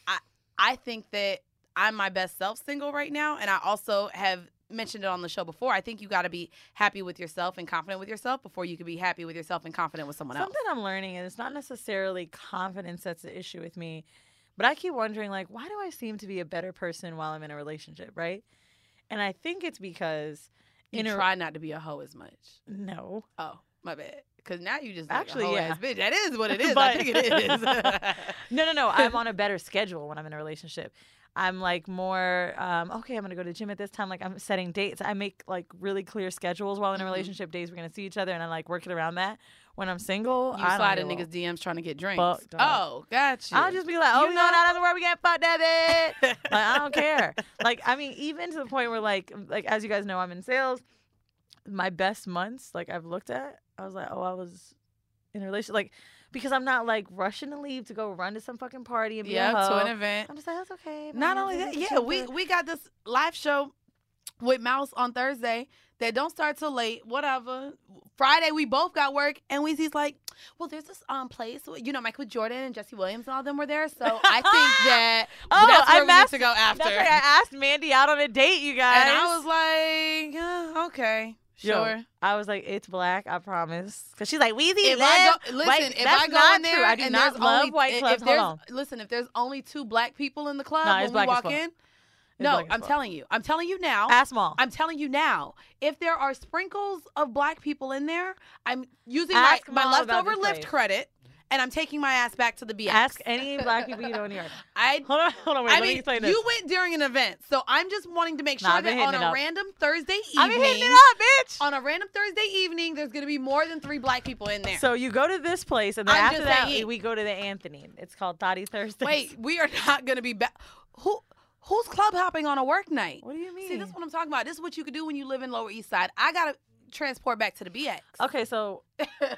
I, I think that I'm my best self single right now. And I also have mentioned it on the show before. I think you got to be happy with yourself and confident with yourself before you can be happy with yourself and confident with someone else. Something I'm learning, and it's not necessarily confidence that's the issue with me, but I keep wondering, like, why do I seem to be a better person while I'm in a relationship, right? And I think it's because You in a try not to be a hoe as much. no, Oh, my bad. Because now you just like Actually, actually a hoe yeah. ass bitch. That is what it is. But- I think it is. no, no, no. I'm on a better schedule when I'm in a relationship. I'm like more um, okay. I'm gonna go to the gym at this time. Like I'm setting dates. I make like really clear schedules while in a Mm-hmm. relationship. Days we're gonna see each other, and I like work it around that. When I'm single, you I slide don't in give a- niggas' DMs trying to get drinks. fuck, dog. oh, gotcha. I'll just be like, oh, You we know- going out of the world. We can't fuck that bitch. like I don't care. Like I mean, even to the point where like like as you guys know, I'm in sales. My best months, like I've looked at, I was like, oh, I was in a relationship, like because I'm not like rushing to leave to go run to some fucking party and be yeah, a hoe. to an event. I'm just like, that's okay. Not man, only this that, is yeah, cheaper. we we got this live show with Mouse on Thursday that don't start till late, whatever. Friday we both got work, and Weezy's like, "Well, there's this um place, you know, Michael Jordan and Jesse Williams and all them were there, so I think that Oh, that's where I we need messed- to go after." That's like I asked Mandy out on a date, you guys. And I was like, "Yeah, okay, sure. Yo, I was like, it's black, I promise. Cause she's like, Weezy, If love I go, listen, white- if that's I go not in there true. I do and not there's love only, white if clubs. Hold there's- on. listen, if there's only two black people in the club Nah, it's when we black as walk fuck. black in, no, as I'm fuck. telling you, I'm telling you now, Ass small. I'm telling you now, if there are sprinkles of black people in there, I'm using Ask my, my Mom about leftover this lift place. credit and I'm taking my ass back to the BX. Ask any black people you know in New York. I hold on, hold on, wait. I let me mean, explain this. you went during an event, so I'm just wanting to make Nah, sure I've been that on hitting a it up. random Thursday I've evening, been hitting it up, bitch. on a random Thursday evening, there's gonna be more than three black people in there. So you go to this place, and then I'm after just that, saying. we go to the Anthony. It's called Toddy Thursday. Wait, we are not gonna be back. Who? Who's club hopping on a work night? What do you mean? See, this is what I'm talking about. This is what you could do when you live in Lower East Side. I gotta transport back to the BX. Okay, so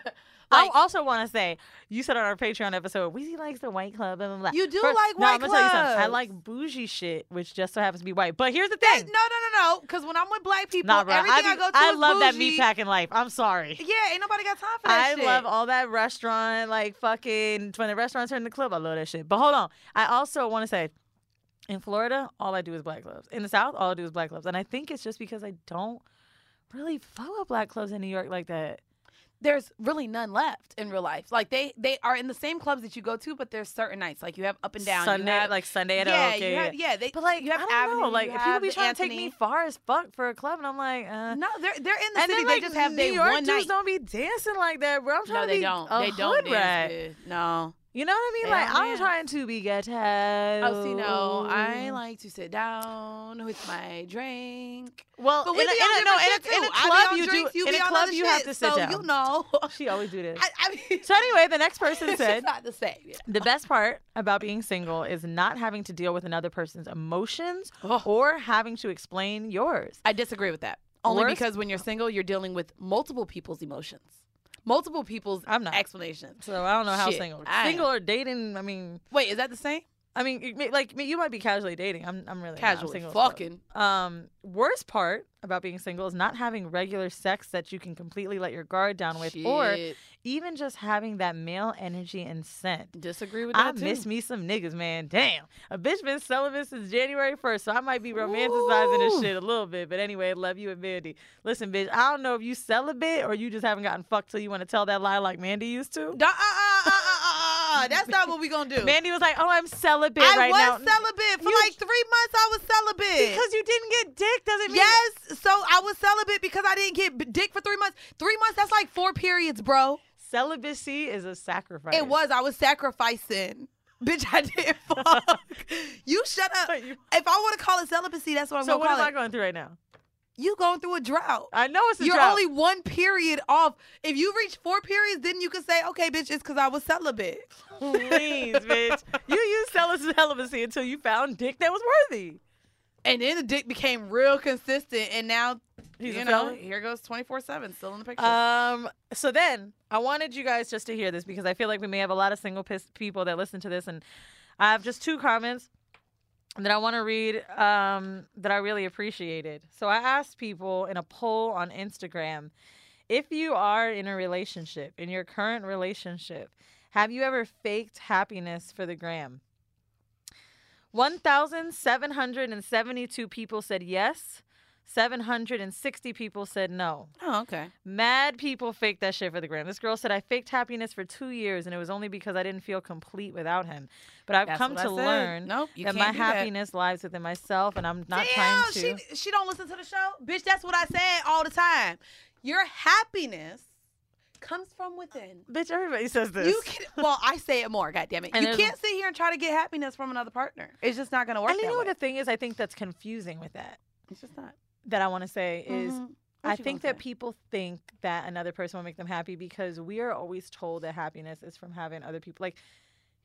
Like- I also want to say you said on our Patreon episode, Weezy likes the white club. Blah, blah, blah. You do First- like no, white I'm gonna tell you something. I clubs. like bougie shit, which just so happens to be white. But here's the That- thing. no, no, no, no. Because when I'm with black people, nah, bro. everything I, I, be- go to I is love that bougie. meat packing life. I'm sorry. Yeah, ain't nobody got time for that I shit. love all that restaurant, like fucking when the restaurants turn the club. I love that shit. But hold on, I also want to say, in Florida, all I do is black clubs. In the South, all I do is black clubs, and I think it's just because I don't really follow black clubs in New York like that. there's really none left in real life. Like they they are in the same clubs that you go to, but there's certain nights like you have up and down. you Sunday, have- like Sunday at yeah, Oak, you yeah, have, yeah. They, But like, you have I don't Avenue, know. Like you if have people be the trying to Anthony. take me far as fuck for a club, and I'm like, uh. No, they're they're in the and city. then, they like, just have New they York one dudes night. don't be dancing like that, bro. I'm trying no, to they be don't. a They don't hood rat. dance good. No. You know what I mean? They like don't I'm dance. trying to be ghetto. Oh, see, no. I like to sit down with my drink. Well, But we in be a, in on a, no, different in shit a, in a too. I be club on you drinks, do. in be a on club other you shit, have to sit so down. You know. She always do this. I, I mean, so anyway, the next person it's said, just not the same. yeah. "The best part about being single is not having to deal with another person's emotions or having to explain yours." I disagree with that. Only Worst- because when you're single, you're dealing with multiple people's emotions, multiple people's I'm not. explanations. So I don't know how Shit, single, I am. single or dating. I mean, Wait, is that the same? I mean, you may- like you might be casually dating. I'm, I'm really not. I'm Casually single as fuck. fucking. Um, worst part about being single is not having regular sex that you can completely let your guard down with, or Shit. even just having that male energy and scent. Disagree with I that too. miss me some niggas, man. Damn. A bitch been celibate since January 1st, so I might be romanticizing this Ooh. shit a little bit. But anyway, love you and Mandy. Listen, bitch, I don't know if you celibate or you just haven't gotten fucked till you want to tell that lie like Mandy used to. Duh, uh, uh, uh, uh, uh, uh, that's not what we gonna do. Mandy was like, oh, I'm celibate I right was now. celibate for You- like three months. I was celibate because you didn't get dick doesn't mean yes, so I was celibate because I didn't get b- dick for three months. Three months, that's like four periods, bro. celibacy is a sacrifice. It was. I was sacrificing. Bitch, I didn't fuck. you shut up. But you- If I want to call it celibacy, that's what I'm So gonna what am call I it. going through right now? you going through a drought. I know it's a You're drought. only one period off. If you reach four periods, then you can say, okay, bitch, it's because I was celibate. Please, bitch. You used celi- celibacy until you found dick that was worthy. And then the dick became real consistent, and now He's you a know felon? here goes twenty four seven, still in the picture. Um. So then, I wanted you guys just to hear this because I feel like we may have a lot of single pis- people that listen to this, and I have just two comments that I want to read um, that I really appreciated. So I asked people in a poll on Instagram if you are in a relationship, in your current relationship, have you ever faked happiness for the gram? 1,772 people said yes. 760 people said no. oh, okay. Mad people fake that shit for the gram. This girl said, I faked happiness for two years and it was only because I didn't feel complete without him. But I've That's come what I to said. learn Nope, you that can't my do that." happiness lies within myself and I'm not Damn, trying to. she she don't listen to the show, bitch. That's what I said all the time. Your happiness comes from within. Bitch, everybody says this. You can well, I say it more. God damn it, And you there's- can't sit here and try to get happiness from another partner. It's just not gonna work. and you that know what way. the thing is I think that's confusing with that, It's just not. that I want to say is Mhm. What I you think gonna that say? people think that another person will make them happy because we are always told that happiness is from having other people. Like,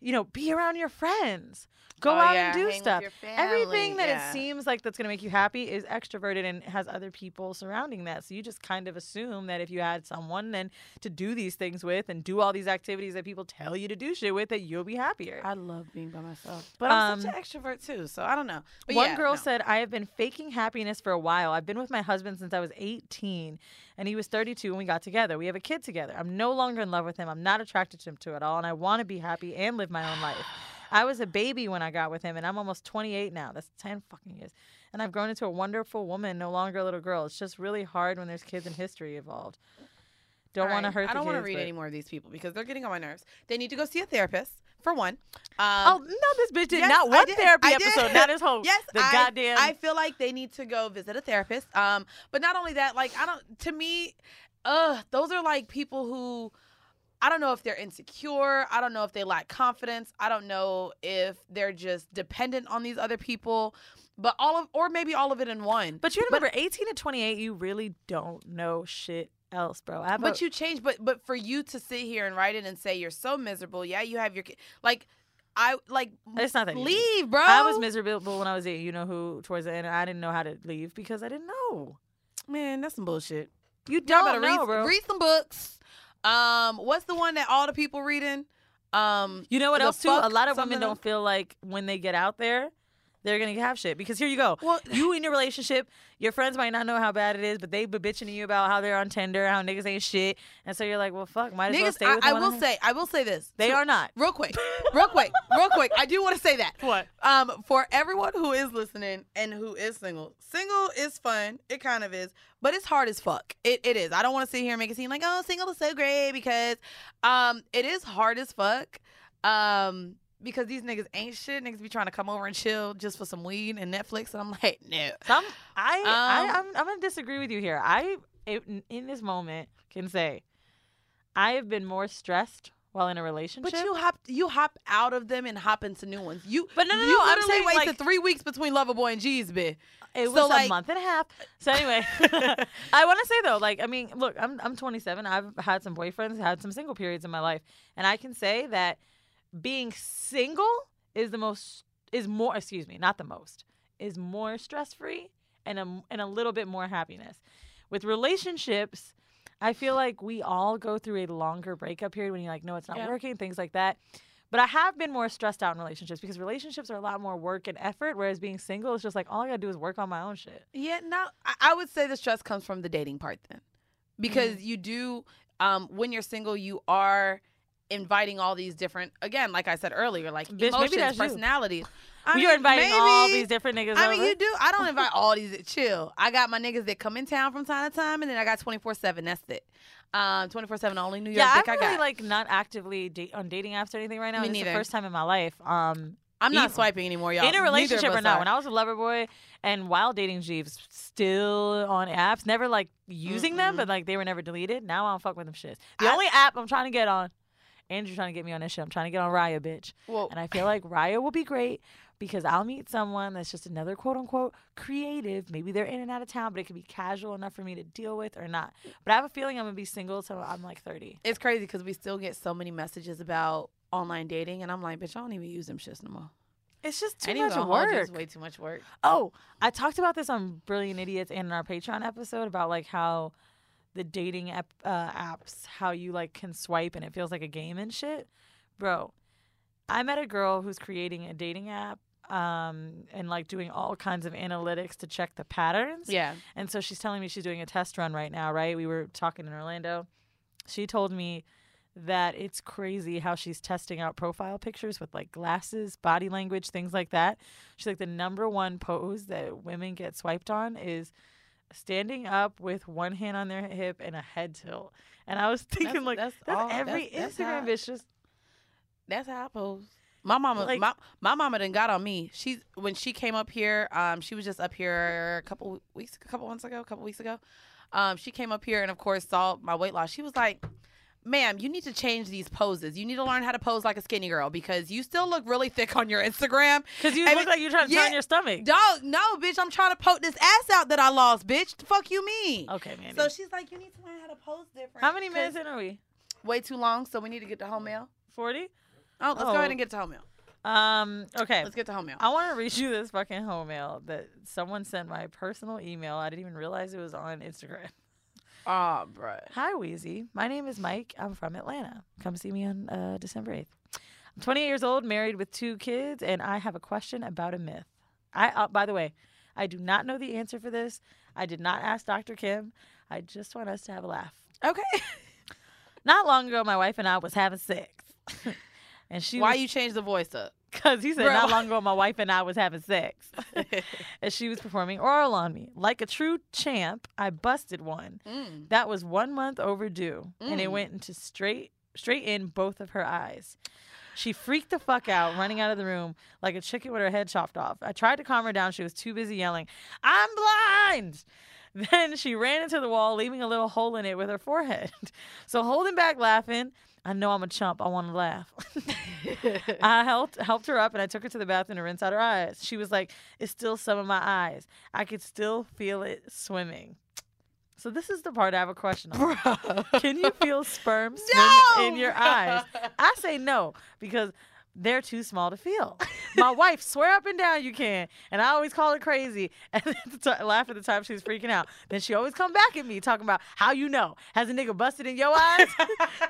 you know, be around your friends, go Oh, out yeah, and do hang with stuff. your family, Everything that yeah. it seems like that's going to make you happy is extroverted and has other people surrounding that. So you just kind of assume that if you had someone then to do these things with and do all these activities that people tell you to do shit with, that you'll be happier. Um, I love being by myself, but I'm such an extrovert too, so I don't know. But One yeah, girl no. said, I have been faking happiness for a while. I've been with my husband since I was 18 and he was 32 when we got together. We have a kid together. I'm no longer in love with him. I'm not attracted to him to at all. And I want to be happy and live my own life. I was a baby when I got with him and I'm almost 28 now. That's 10 fucking years. And I've grown into a wonderful woman, no longer a little girl. It's just really hard when there's kids and history involved. Don't All want to right, hurt the I don't want to kids, read but- any more of these people because they're getting on my nerves. They need to go see a therapist for one. Oh, Um, no, this bitch did Yes, not I one did. therapy I did. episode, not his whole Yes, the I, goddamn I feel like they need to go visit a therapist. Um, but not only that, like I don't. To me, uh, those are like people who I don't know if they're insecure. I don't know if they lack confidence. I don't know if they're just dependent on these other people. But all of, or maybe all of it in one. But you remember, 18 to 28, you really don't know shit else, bro. I have but a- you change but but for you to sit here and write it and say you're so miserable yeah you have your ki- like i like It's not that easy. leave bro I was miserable when I was eight. You know who? Towards the end, I didn't know how to leave because I didn't Oh. know. man that's some bullshit You y'all don't better know, read, bro. read some books um what's the one that all the people reading um you know what the else too? fuck A lot of something women don't feel like when they get out there, they're gonna have shit. Because here you go, Well- you in your relationship, your friends might not know how bad it is, but they be bitching to you about how they're on Tinder, how niggas ain't shit, and so you're like, well, fuck, might as well niggas stay I, with. I the one will have. say i will say this they So- are not. Real quick, real quick, real quick. I do want to say that. What? Um, for everyone who is listening and who is single, single is fun. It kind of is, but it's hard as fuck. It, it is. I don't want to sit here and make it seem like oh, single is so great because, um, it is hard as fuck. Um, because these niggas ain't shit. Niggas be trying to come over and chill just for some weed and Netflix, and I'm like, no. Some I, Um, I I'm I'm gonna disagree with you here. I in, in this moment can say I have been more stressed while in a relationship. But you hop, you hop out of them and hop into new ones. You, But no, no, you no, I'm literally saying, wasted like- three weeks between Loverboy and G's, bitch. it so, was like- a month and a half. So anyway, I want to say though, like I mean, look, I'm I'm 27. I've had some boyfriends, had some single periods in my life, and I can say that being single is the most is more excuse me not the most is more stress free and a and a little bit more happiness with relationships i feel like we all go through a longer breakup period when you're like no it's not Yeah. working things like that but i have been more stressed out in relationships because relationships are a lot more work and effort whereas being single is just like all i gotta do is work on my own shit Yeah, no, I, I would say the stress comes from the dating part then, because Mm-hmm. you do um, when you're single, you are inviting all these different. Again, like I said earlier, like Bitch, maybe emotions, that's you. personalities. I you're mean, inviting all maybe- these different niggas I over. mean, you do. I don't invite all these. that Chill. I got my niggas that come in town from time to time, and then I got twenty four seven. That's it. Um, twenty four seven only New York. yeah, I'm dick I really got. like not actively da- on dating apps or anything right now. Me this is the neither. first time in my life. Um, I'm not even- swiping anymore, y'all. in a Neither of relationship us or not. are. When I was a lover boy and while dating Jeeves, still on apps, never like using them, but like they were never deleted. Now I don't fuck with them shits. The only app I'm trying to get on, Andrew's trying to get me on this shit. I'm trying to get on Raya, bitch. Well- and I feel like Raya will be great because I'll meet someone that's just another quote unquote creative. Maybe they're in and out of town, but it could be casual enough for me to deal with or not. But I have a feeling I'm gonna be single till I'm like 30. it's crazy because we still get so many messages about online dating, and I'm like, bitch, I don't even use them shits no more. It's just I too ain't even much gonna hold you, work. It's way too much work. Oh, I talked about this on Brilliant Idiots and in our Patreon episode about like how the dating app, uh, apps, how you like can swipe and it feels like a game and shit. Bro, I met a girl who's creating a dating app um, and like doing all kinds of analytics to check the patterns. Yeah. And so she's telling me she's doing a test run right now, right? We were talking in Orlando. She told me that it's crazy how she's testing out profile pictures with like glasses, body language, things like that. She's like, the number one pose that women get swiped on is standing up with one hand on their hip and a head tilt. And I was thinking, That's- like, that's that's, all- every that's- that's Instagram hot. bitch. Just, That's how I pose. My mama, Like- my, my mama done got on me. She when she came up here, um, she was just up here a couple weeks, a couple months ago, a couple weeks ago. Um, she came up here and of course saw my weight loss. She was like, "Ma'am, you need to change these poses. You need to learn how to pose like a skinny girl because you still look really thick on your Instagram." because you And look it- like you're trying to yeah, turn your stomach. Dog, no, bitch, I'm trying to poke this ass out that I lost, bitch. The fuck you mean? Okay, man. So she's like, "You need to learn how to pose different." how many 'cause- minutes in are we? Way too long, so we need to get to home mail. 40? Oh, let's go Oh. ahead and get to home mail. Um, okay. Let's get to home mail. I want to read you this fucking home mail that someone sent my personal email. I didn't even realize it was on Instagram. Oh, bruh. Hi, Wheezy. My name is Mike. I'm from Atlanta. Come see me on uh, December 8th. I'm 28 years old, married with two kids, and I have a question about a myth. I, uh, by the way, I do not know the answer for this. I did not ask Dr. Kim. I just want us to have a laugh. Okay. Not long ago, my wife and I was having sex, and she Why was- you change the voice up? Because he said Bro. not long ago, my wife and I was having sex, and she was performing oral on me. Like a true champ, I busted one. That was one month overdue, and Mm. it went into straight straight in both of her eyes. She freaked the fuck out, running out of the room like a chicken with her head chopped off. I tried to calm her down. She was too busy yelling, "I'm blind." Then she ran into the wall, leaving a little hole in it with her forehead. So holding back laughing, I know I'm a chump. I want to laugh. I helped helped her up and I took her to the bathroom to rinse out her eyes. She was like, "It's still some of my eyes. I could still feel it swimming." So this is the part I have a question on. Can you feel sperm swim in your eyes? I say no because they're too small to feel. My wife swear up and down you can, and I always call her crazy and at the ti- laugh at the time she's freaking out. Then she always come back at me talking about how you know has a nigga busted in your eyes.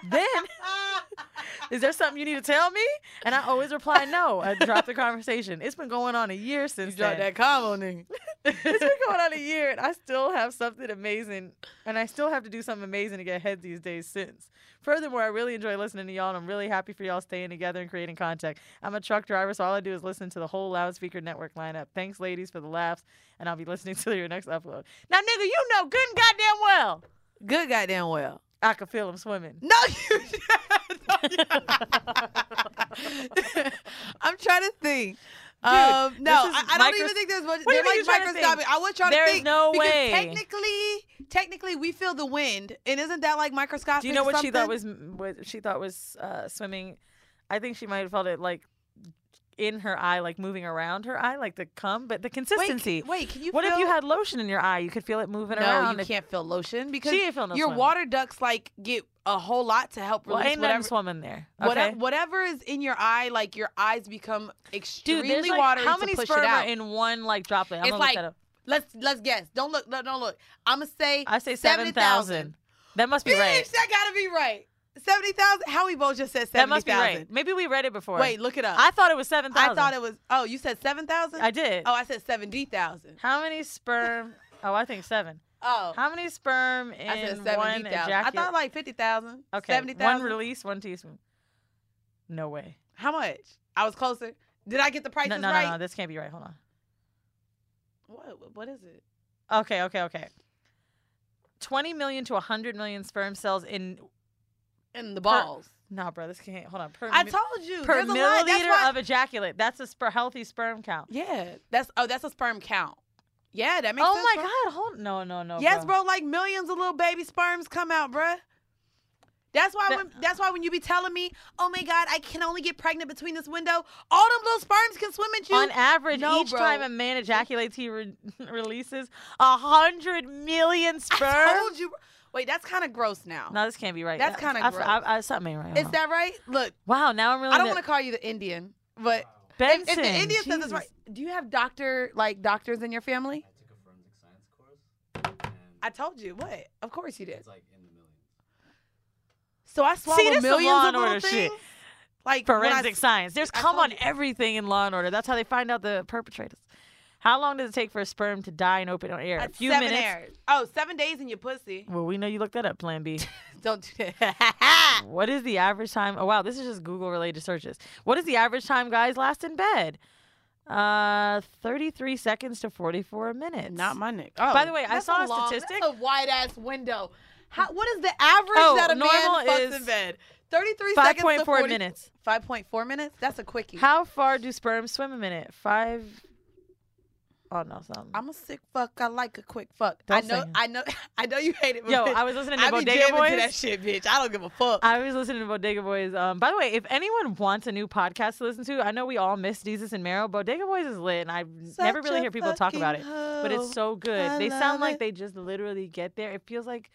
then is there something you need to tell me? And I always reply no. I drop the conversation. It's been going on a year since Drop then. that combo, nigga. It's been going on a year, and I still have something amazing, and I still have to do something amazing to get ahead these days. Since, furthermore, I really enjoy listening to y'all, and I'm really happy for y'all staying together and creating contact. I'm a truck driver, so all I do is listen to the whole loudspeaker network lineup. Thanks, ladies, for the laughs, and I'll be listening to your next upload. Now, nigga, you know good and goddamn well Good goddamn well. I can feel him swimming. No, you. I'm trying to think. um, no, this is I, I don't micros- even think there's much. What do you They're mean you're like trying to think? microscopic. I was trying There to is think. no because way. Technically, technically, we feel the wind, and isn't that like microscopic? Do you know what she thought something? was what she thought was uh, swimming? I think she might have felt it like in her eye, like moving around her eye, like the cum, but the consistency. wait, can you What if you feel- had lotion in your eye? You could feel it moving No, around. you If- can't feel lotion because She ain't feel no your swimming. water ducts like get a whole lot to help Well, release ain't nothing whatever. swimming there. Okay? Whatever, whatever is in your eye, like your eyes become Dude, extremely there's like, watery how to many push sperm it are out. in one like droplet? I'm it's gonna look like that up. let's let's guess. Don't look. no, Don't look. I'm gonna say I say seventy seven thousand. thousand. That must be right. Bitch, that gotta be right. Seventy thousand. Howie Bo just said That seventy must be right. thousand. Maybe we read it before. Wait, look it up. I thought it was seven I thousand. thought it was. Oh, you said seven thousand. I did. Oh, I said seventy thousand. How many sperm? oh, I think seven. Oh, How many sperm in I said one seventy thousand. I ejaculate? thought like fifty thousand. Okay. seventy one thousand. release, one teaspoon. No way. How much? I was closer. Did I get the prices No, no, right? no, no. This can't be right. Hold on. What, what is it? Okay, okay, okay. Twenty million to hundred million sperm cells in. And the Per- balls. Nah, bro, this can't. Hold on. Per I mi- told you. per there's a lot. That's milliliter why- of ejaculate. That's a sper- healthy sperm count. Yeah, that's oh, that's a sperm count. Yeah, that makes oh sense. my bro. God! Hold no, no, no. Yes, bro. Like millions of little baby sperms come out, bruh. That's why. That- when, that's why when you be telling me, oh my God, I can only get pregnant between this window. All them little sperms can swim at you. On average, No, each bro. time a man ejaculates, he re- releases a hundred million sperm. I told you. Wait, that's kind of gross now. No, this can't be right. That's I- kinda I- gross. I- I- Something ain't right. Hold Is on. that right? Look, Wow. Now I'm really. I don't want to call you the Indian, but if, Benson. if the Indian says it's Jesus. right, do you have doctor like doctors in your family? I told you what. Of course you did. It's like in the millions. So I See, swallow this is millions Law of and little Order shit. things. Like when I forensic s- science. There's I come told on you. everything in Law and Order. That's how they find out the perpetrators. How long does it take for a sperm to die in open air? uh, a few seven minutes. hours. Oh, seven days in your pussy. Well, we know you looked that up, Plan B. Don't do that. what is the average time? Oh wow, this is just Google related searches. What is the average time guys last in bed? Uh, 33 seconds to 44 minutes. Not my neck. Oh, By the way, I that's saw a long- statistic. That's a wide ass window. How, what is the average Oh, that a man normal fucks is in bed? Thirty-three seconds. to 5.4 40 minutes. Five point four minutes. That's a quickie. How far do sperm swim a minute? Five. Oh no, something. I'm a sick fuck. I like a quick fuck. Don't I know. sing. I know. I know you hate it. But Yo, bitch, I was listening to I be Bodega jamming Boys. To that shit, bitch. I don't give a fuck. I was listening to Bodega Boys. Um, by the way, if anyone wants a new podcast to listen to, I know we all miss Jesus and Meryl. Bodega Boys is lit, and I Such never really a hear people talk about it, fucking but hoe. it's so good. I they sound love like it. they just literally get there. It feels like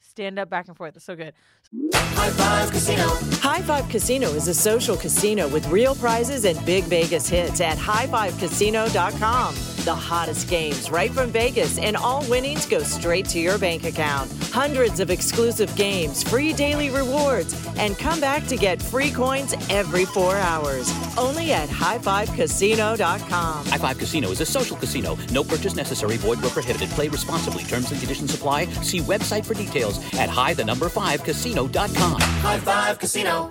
stand up back and forth. It's so good. High Five Casino is a social casino with real prizes and big Vegas hits at highfivecasino.com. The hottest games right from Vegas, and all winnings go straight to your bank account. Hundreds of exclusive games, free daily rewards, and come back to get free coins every four hours. Only at highfivecasino.com. High Five Casino is a social casino. No purchase necessary. Void where prohibited. Play responsibly. Terms and conditions apply. See website for details at high the number five casino.com. High Five Casino.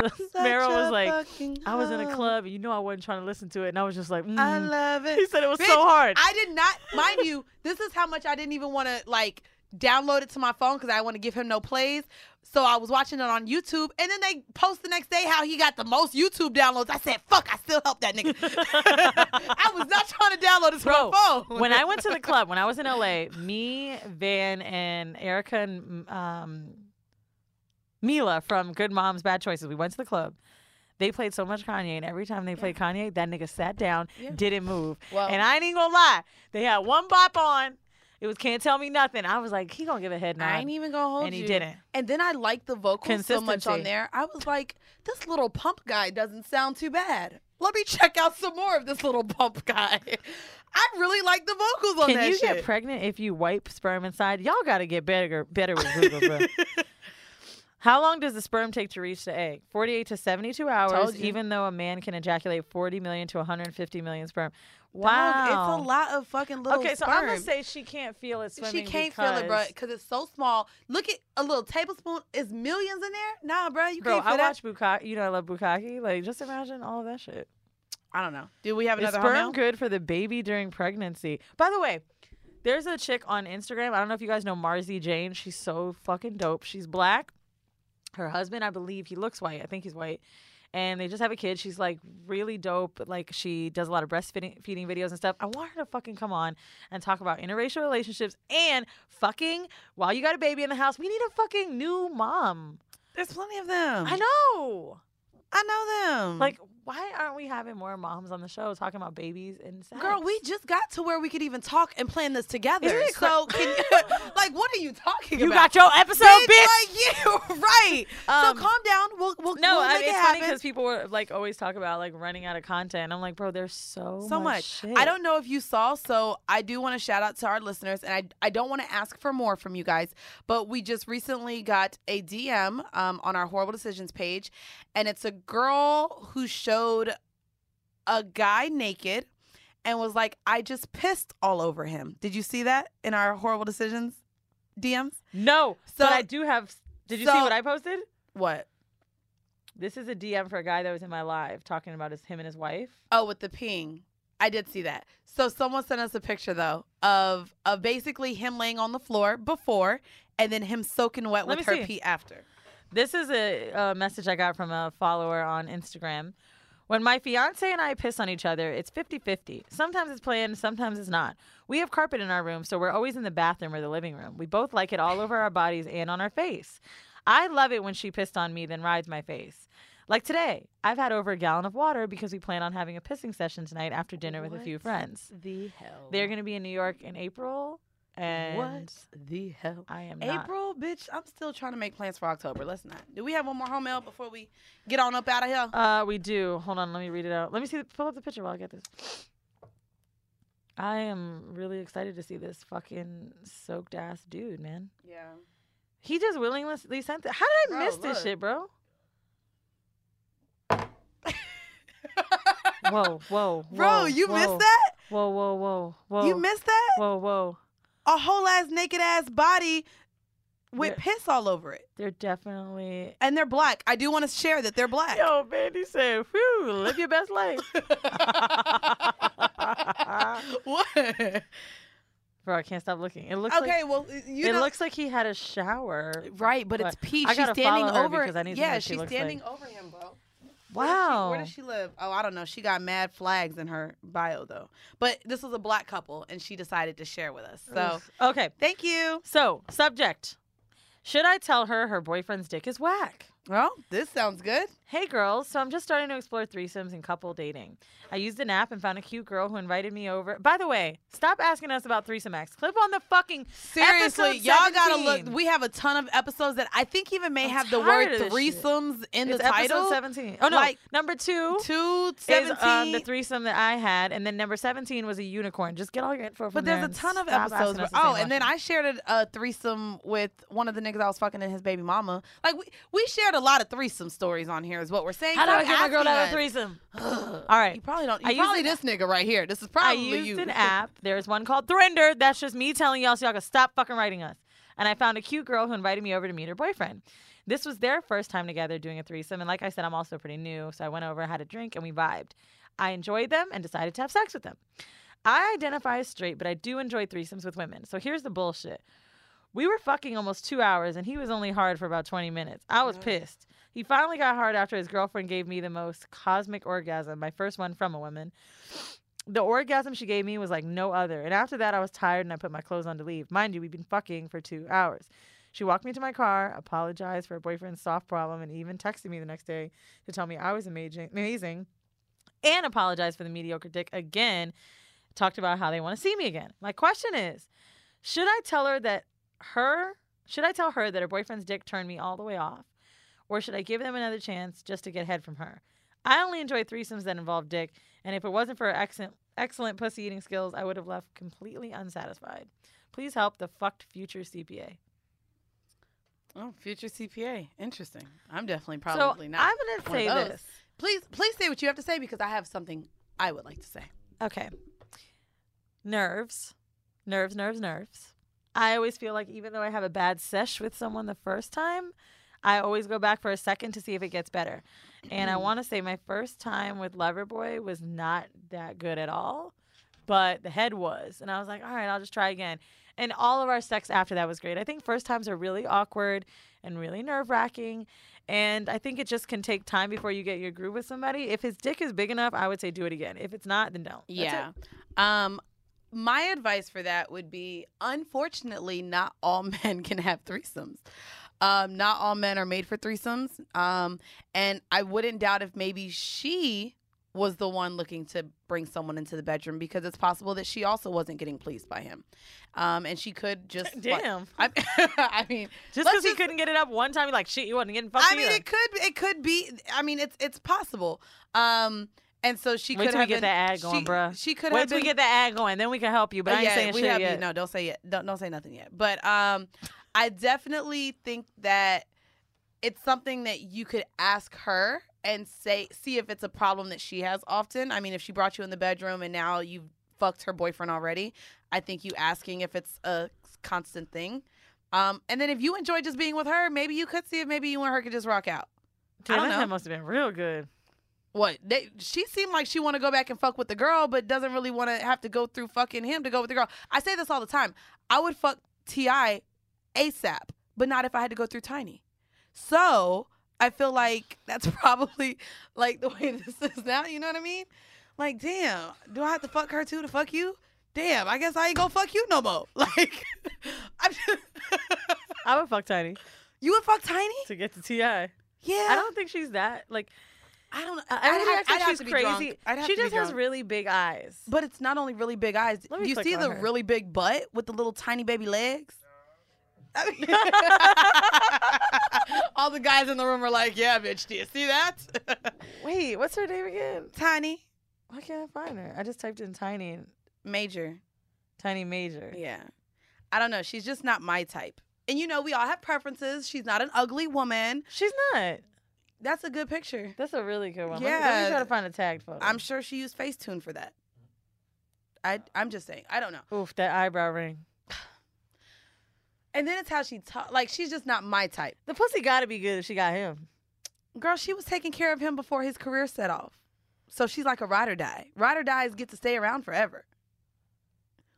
Meryl was like, I was in a club, and you know I wasn't trying to listen to it, and I was just like, mm. I love it. He said it was Bitch, so hard. I did not, mind you, this is how much I didn't even want to like download it to my phone because I want to give him no plays. So I was watching it on YouTube, and then they post the next day how he got the most YouTube downloads. I said, "Fuck, I still help that nigga." I was not trying to download it to Bro, my phone. when I went to the club, when I was in LA, me, Van, and Erica and um, Mila from Good Moms Bad Choices, we went to the club. They played so much Kanye, and every time they played Kanye, that nigga sat down, Yeah. didn't move. Well- and I ain't even gonna lie, they had one bop on. It was can't tell me nothing. I was like, he gonna give a head nod. I ain't even gonna hold And he you. didn't. And then I liked the vocals so much on Consistency. there. I was like, this little pump guy doesn't sound too bad. Let me check out some more of this little pump guy. I really like the vocals on Can that you shit. get pregnant if you wipe sperm inside? Y'all got to get better, better with Google, bro. How long does the sperm take to reach the egg? 48 to 72 hours, Told you. even though a man can ejaculate 40 million to 150 million sperm. Dog, Wow. it's a lot of fucking little. Okay, so I'm gonna sperm. say she can't feel it She swimming can't feel it, bro, because- because it's so small. Look at a little tablespoon. Is millions in there? Nah, bro, you Bro, can't feel I that. watch Bukaki. You know, I love Bukaki. Like, just imagine all that shit. I don't know. Do we have Is another sperm home now? good for the baby during pregnancy? By the way, there's a chick on Instagram. I don't know if you guys know Marzi Jane. She's so fucking dope. She's black. Her husband, I believe, he looks white. I think he's white. And they just have a kid. She's like really dope. Like she does a lot of breastfeeding feeding videos and stuff. I want her to fucking come on and talk about interracial relationships and fucking while you got a baby in the house, we need a fucking new mom. There's plenty of them. I know. I know them. Like, why aren't we having more moms on the show talking about babies and sex? Girl, we just got to where we could even talk and plan this together. Isn't it cra- so, can like, what are you talking You got about? your episode, Like, you right? Um, so calm down. We'll we'll No, we'll I, make it's it funny happen. because people were like always talk about like running out of content. I'm like, bro, there's so so much. shit. I don't know if you saw, so I do want to shout out to our listeners, and I I don't want to ask for more from you guys, but we just recently got a DM um, on our horrible decisions page, and it's a girl who showed a guy naked. And was like, I just pissed all over him. Did you see that in our horrible decisions DMs? No, So- but I do have. Did you see so- what I posted? What? This is a DM for a guy that was in my live talking about his him and his wife. Oh, with the ping. I did see that. So someone sent us a picture though of of basically him laying on the floor before and then him soaking wet Let with me her see. pee after. This is a, a message I got from a follower on Instagram. When my fiance and I piss on each other, it's 50 50. Sometimes it's planned, sometimes it's not. We have carpet in our room, so we're always in the bathroom or the living room. We both like it all over our bodies and on our face. I love it when she pissed on me, then rides my face. Like today, I've had over a gallon of water because we plan on having a pissing session tonight after dinner with a few friends. The hell. They're going to be in New York in April, and the hell? I am not. April, bitch, I'm still trying to make plans for October. Let's not. Do we have one more home mail before we get on up out of here? Uh, we do. Hold on, let me read it out. Let me see. The, pull up the picture while I get this. I am really excited to see this fucking soaked ass dude, man. Yeah. Oh, He just willingly sent it. How did I Bro, miss this look. shit, bro? whoa, whoa, Bro, whoa, you missed whoa. that? Whoa, whoa, whoa, whoa. You missed that? Whoa, whoa. A whole ass naked ass body with Yeah. piss all over it. They're definitely. And they're black. I do want to share that they're black. Yo, man, he said, "Whew, live your best life." what? Bro, I can't stop looking. It looks like- Okay, well, you it know- looks like he had a shower. Right, but it's Pete. I She's gotta standing follow her over- because I need to know yeah, what she she's looks standing like. over him, bro. Wow. Where does she live? Oh, I don't know. She got mad flags in her bio though. But this was a black couple, and she decided to share with us. So Oof. okay, thank you. So subject: Should I tell her her boyfriend's dick is whack? Well, this sounds good. Hey girls, so I'm just starting to explore threesomes and couple dating. I used an app and found a cute girl who invited me over. By the way, stop asking us about threesome acts. Clip on the fucking seriously, episode y'all gotta 17. look. We have a ton of episodes that I think even may have the word tired of this shit. threesomes in It's the episode title. 17. Oh, no. Like, number two, two is um, the 17. threesome that I had, and then number seventeen was a unicorn. Just get all your info from But there there's a and ton of stop asking episodes. us Where, the same oh, and then question. I shared a, a threesome with one of the niggas I was fucking and his baby mama. Like we, we shared a lot of threesome stories on here, is what we're saying. How do Stop I get my girl to asking have a us. threesome? All right, you probably don't. You I used probably an- this nigga right here. This is I probably used you. an app. There's one called Thrinder. That's just me telling y'all so y'all can stop fucking writing us. And I found a cute girl who invited me over to meet her boyfriend. This was their first time together doing a threesome, and like I said, I'm also pretty new, so I went over, had a drink, and we vibed. I enjoyed them and decided to have sex with them. I identify as straight, but I do enjoy threesomes with women. So here's the bullshit. We were fucking almost two hours, and he was only hard for about 20 minutes. I was pissed. He finally got hard after his girlfriend gave me the most cosmic orgasm, my first one from a woman. The orgasm she gave me was like no other. And after that, I was tired and I put my clothes on to leave. Mind you, we'd been fucking for two hours. She walked me to my car, apologized for her boyfriend's soft problem, and even texted me the next day to tell me I was amazing, amazing and apologized for the mediocre dick again. Talked about how they want to see me again. My question is, should I tell her that her should I tell her that her boyfriend's dick turned me all the way off, or should I give them another chance just to get head from her? I only enjoy threesomes that involve dick, and if it wasn't for her excellent excellent pussy eating skills, I would have left completely unsatisfied. Please help the fucked future CPA. Oh, future CPA. Interesting. I'm definitely probably so not. I'm gonna one say of those. this. Please, please say what you have to say because I have something I would like to say. Okay. Nerves. Nerves, nerves, nerves. I always feel like even though I have a bad sesh with someone the first time, I always go back for a second to see if it gets better. And I want to say my first time with Loverboy was not that good at all, but the head was. And I was like, all right, I'll just try again. And all of our sex after that was great. I think first times are really awkward and really nerve wracking. And I think it just can take time before you get your groove with somebody. If his dick is big enough, I would say do it again. If it's not, then don't. That's it. Yeah. Um, my advice for that would be unfortunately, not all men can have threesomes. Um, not all men are made for threesomes. Um, and I wouldn't doubt if maybe she was the one looking to bring someone into the bedroom because it's possible that she also wasn't getting pleased by him. Um, and she could just like- Damn. I, I mean, Just let's because he couldn't get it up one time, you're like, shit, you wasn't getting fucked I mean, either. it could it could be. I mean, it's it's possible. Um, and so she Wait could till we have get been, the ad going, she, bruh. She could Wait have till been, we Uh, get the ad going, then we can help you. But I ain't yeah, saying we shit have yet. You. No, don't say yet. Don't don't say nothing yet. But um, I definitely think that it's something that you could ask her and say see if it's a problem that she has often. I mean, if she brought you in the bedroom and now you've fucked her boyfriend already, I think you asking if it's a constant thing. Um, and then if you enjoy just being with her, maybe you could see if maybe you and her could just rock out. Dude, I don't that know. head must have been real good. What they, she seemed like she want to go back and fuck with the girl, but doesn't really want to have to go through fucking him to go with the girl. I say this all the time. I would fuck Ti ASAP, but not if I had to go through Tiny. So I feel like that's probably like the way this is now. You know what I mean? Like, damn, do I have to fuck her too to fuck you? Damn, I guess I ain't gonna fuck you no more. Like, I'm just, I would fuck Tiny. You would fuck Tiny to get to Ti. Yeah, I don't think she's that like. I don't. I, I'd everybody have- acts like I'd have she's to be drunk. crazy. I'd have she to be just has drunk. really big eyes. But it's not only really big eyes. Let me you click see on the her. really big butt with the little tiny baby legs? I mean- all the guys in the room are like, yeah, bitch, do you see that? Wait, what's her name again? Tiny. Why can't I find her? I just typed in Tiny. and- Major. Tiny Major. Yeah. I don't know. She's just not my type. And you know, we all have preferences. She's not an ugly woman. She's not. That's a good picture. That's a really good one. Let me- Let me, Yeah. try to find a tagged photo. I'm sure she used Facetune for that. I, I'm just saying. I don't know. Oof, that eyebrow ring. And then it's how she talk. Like, she's just not my type. The pussy gotta be good if she got him. girl, she was taking care of him before his career set off. So she's like a ride or die. Ride or dies get to stay around forever.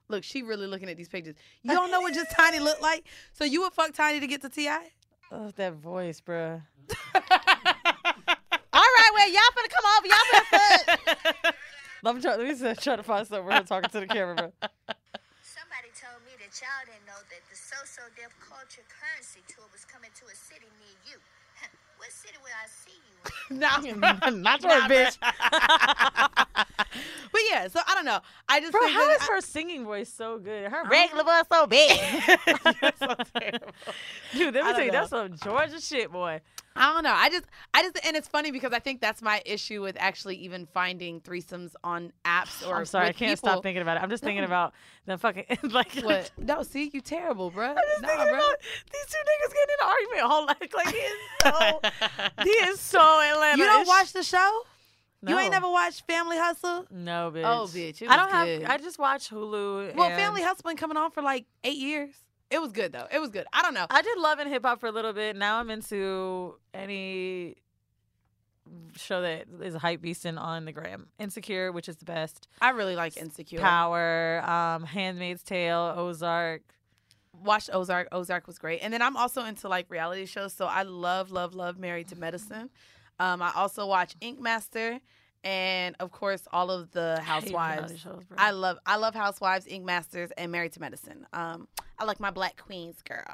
Look, she really looking at these pictures. You don't know what just Tiny looked like? So you would fuck Tiny to get to T.I.? Oh, that voice, bruh. All right, well, y'all finna come over. Y'all finna fuck. let me try. Let me see- try to find something. We're talking to the camera, bro. Somebody told me that y'all didn't know that the so-so deaf culture currency tour was coming to a city near you. what city will I see you in? Not, not your bitch. But yeah, so I don't know. I just Bro, think how that is her singing voice so good? Her regular voice so big. Dude, let I me don't tell you, that's know. some Georgia shit, boy. I don't know. I just, I just, and it's funny because I think that's my issue with actually even finding threesomes on apps or. I'm sorry, I with can't people. stop thinking about it. I'm just thinking No. about the fucking like What? No, see, you terrible, bruh. I'm just Nah, thinking bruh. about these two niggas getting in an argument. Whole like, like he is so, he is so Atlanta. You don't watch the show? You ain't No. never watched Family Hustle? No, bitch. Oh, bitch, it I was don't good. have. I just watch Hulu. Well, and- Family Hustle been coming on for like eight years. It was good though. It was good. I don't know. I did love and hip hop for a little bit. Now I'm into any show that is hype beasting on the gram. Insecure, which is the best. I really like Insecure. Power, um, Handmaid's Tale, Ozark. Watched Ozark. Ozark was great. And then I'm also into like reality shows. So I love, love, love Married to Medicine. Um, I also watch Ink Master. And of course, all of the hate reality Housewives. shows, bro. I love, I love Housewives, Ink Masters, and Married to Medicine. Um, I like my Black Queens, girl.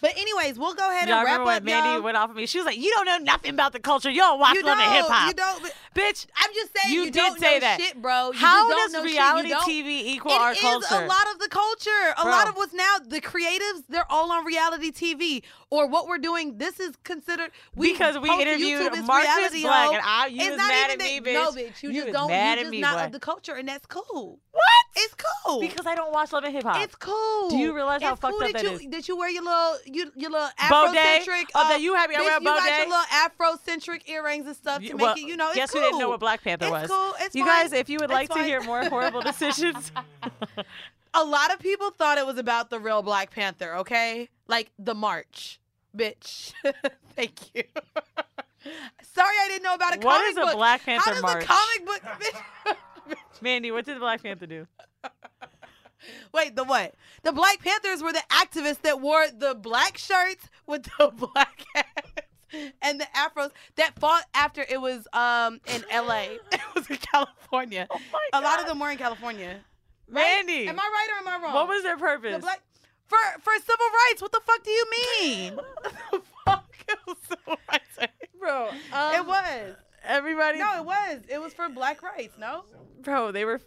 But anyways, we'll go ahead y'all and wrap remember up, when Mandy y'all. went off of me? She was like, "You don't know nothing about the culture. You don't watch you love don't, and hip hop." You don't, bitch. I'm just saying you you, did don't say know that. shit, bro. You How just don't does know shit. You reality don't- TV equal It our is culture? a lot of the culture. A Bro. lot of what's now the creatives, they're all on reality TV or what we're doing. This is considered we Because we post to interviewed YouTube, it's Marcus reality, Black, ho. and I- you it's was not mad even at that- me, No, bitch. bitch, you, You just was don't. mad you at just me, not boy. of the culture, and that's cool. What? It's cool Because I don't watch love and hip hop. It's cool. Do you realize how It's fucked cool up that that you is? that you wear your little you, your little Bode? Afrocentric. Oh, that you have your bitch, wear you got your bode? little Afrocentric earrings and stuff to Y- make well, it. You know, it's guess cool. who didn't know what Black Panther It's was? cool. It's you fine. guys, if you would It's like to fine. hear more horrible decisions, a lot of people thought it was about the real Black Panther, okay? Like the march, bitch. Thank you. Sorry, I didn't know about a What comic is a book. Black How Panther does march? a comic book? bitch- Mandy, what did Black Panther do? Wait, the what? The Black Panthers were the activists that wore the black shirts with the black hats and the afros that fought after it was um in L.A. It was in California. a lot of them were in California. Right? Mandy, am I right or am I wrong? What was their purpose? The black for for civil rights. What the fuck do you mean? Bro, it was. Everybody. um, No, it was. It was for black rights. No. Bro, they were.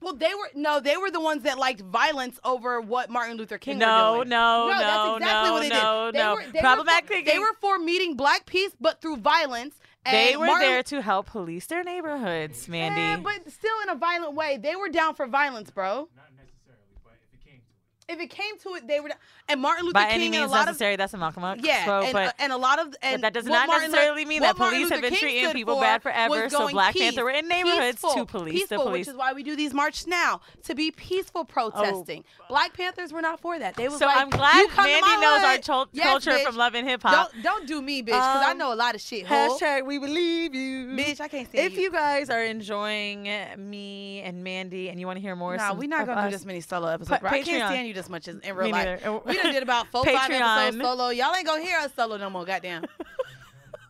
Well, they were no, they were the ones that liked violence over what Martin Luther King. were No, doing. no, no, that's exactly no, what they no, did. They no. Were, they Problematic Were for, thinking. they were for meeting black peace, but through violence. And They were Martin, there to help police their neighborhoods, Mandy. Yeah, but still in a violent way. They were down for violence, bro. Not necessarily, but if it came to it, if it came to it, they were. down- And Martin Luther By King any and a means lot of necessary, that's a Malcolm X yeah, quote, and, but uh, and a lot of and that does what not Martin Lu- necessarily mean what that Martin police have Luther been King treating stood people for bad forever, was so going Black Panther were in neighborhoods to peaceful, police the peaceful, police. which is why we do these marches now to be peaceful protesting. Black Panthers were not for that. They was Oh. So like, I'm glad you come to Mandy my knows our hood. chul- Yes, culture bitch. from Love and Hip Hop. Don't don't do me, bitch, because I Um, know a lot of shit. ho. Hashtag we believe you. Bitch, I can't stand If you guys are enjoying me and Mandy and you want to hear more, Nah, some- we're not of gonna do us- this many solo episodes. Pa- bro. I can't Patreon. stand you this much as in real Me life. neither. We done did about four, five episodes Patreon. solo. Y'all ain't gonna hear us solo no more. Goddamn.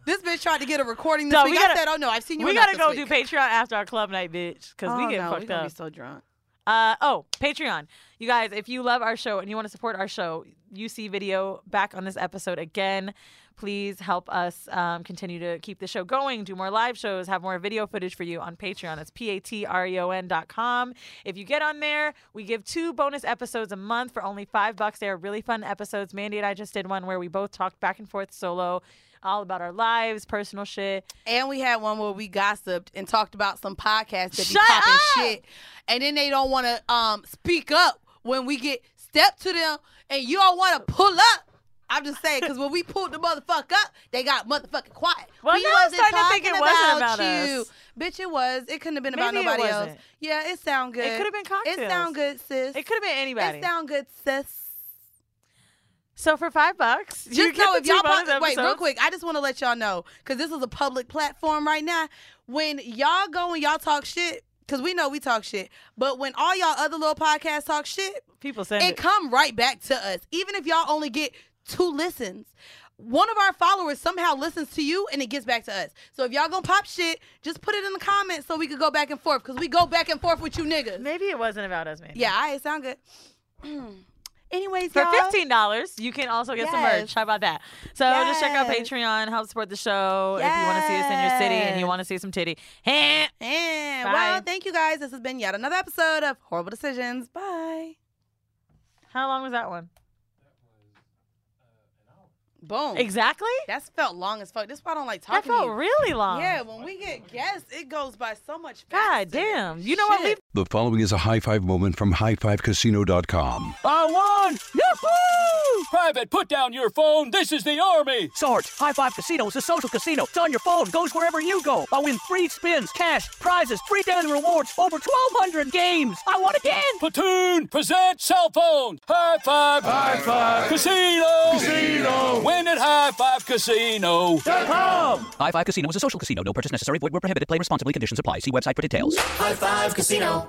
this bitch tried to get a recording this No, week. we gotta, I said, "Oh no, I've seen you." We enough gotta this go week. do Patreon after our club night, bitch, because Oh, we get no, we fucked gonna up. be so drunk. Uh, oh, Patreon. You guys, if you love our show and you want to support our show, you see video back on this episode again. Please help us um, continue to keep the show going, do more live shows, have more video footage for you on Patreon. That's P A T R E O N dot com. If you get on there, we give two bonus episodes a month for only five bucks. They are really fun episodes. Mandy and I just did one where we both talked back and forth solo, all about our lives, personal shit. And we had one where we gossiped and talked about some podcast that be Shut popping up! shit, and then they don't want to um speak up when we get step to them, and you don't want to pull up. I'm just saying, because when we pulled the motherfucker up, they got motherfucking quiet. Well, we now I'm wasn't starting to talking think it wasn't about you. us. Bitch, it was. It couldn't have been about Maybe it nobody else. wasn't. Yeah, it sound good. It could have been cocktails. It sound good, sis. It could have been anybody. It sound good, sis. so for five bucks, you Just get know the if two y'all bonus pop- wait real episodes. quick. I just want to let y'all know because this is a public platform right now. When y'all go and y'all talk shit, because we know we talk shit. But when all y'all other little podcasts talk shit, people send it come right back to us. Even if y'all only get two listens, one of our followers somehow listens to you and it gets back to us. So if y'all gonna pop shit, just put it in the comments so we could go back and forth because we go back and forth with you niggas. Maybe it wasn't about us, maybe. Yeah, all right, sound good. Anyways, For y'all. fifteen dollars, you can also get some Yes. merch. How about that? So just check out Patreon, help support the show. If you want to see us in your city and you want to see some titty, eh. And Bye. well, thank you guys. This has been yet another episode of Horrible Decisions. Bye. How long was that one? Boom. Exactly. That's felt long as fuck. This is why I don't like talking. to felt you. really long. Yeah, when we get guests, it goes by so much God damn. You know what? Leave The following is a high five moment from highfivecasino.com. I won! Yahoo! Private, put down your phone. This is the army. Sarge, High Five Casino is a social casino. It's on your phone, goes wherever you go. I win free spins, cash, prizes, free daily rewards, over 1,200 games. I won again! Platoon, present cell phone. High five. High five. Casino. Casino. Win at High Five Casino. High Five Casino is a social casino. No purchase necessary. Void where prohibited. Play responsibly. Conditions apply. See website for details. High Five Casino.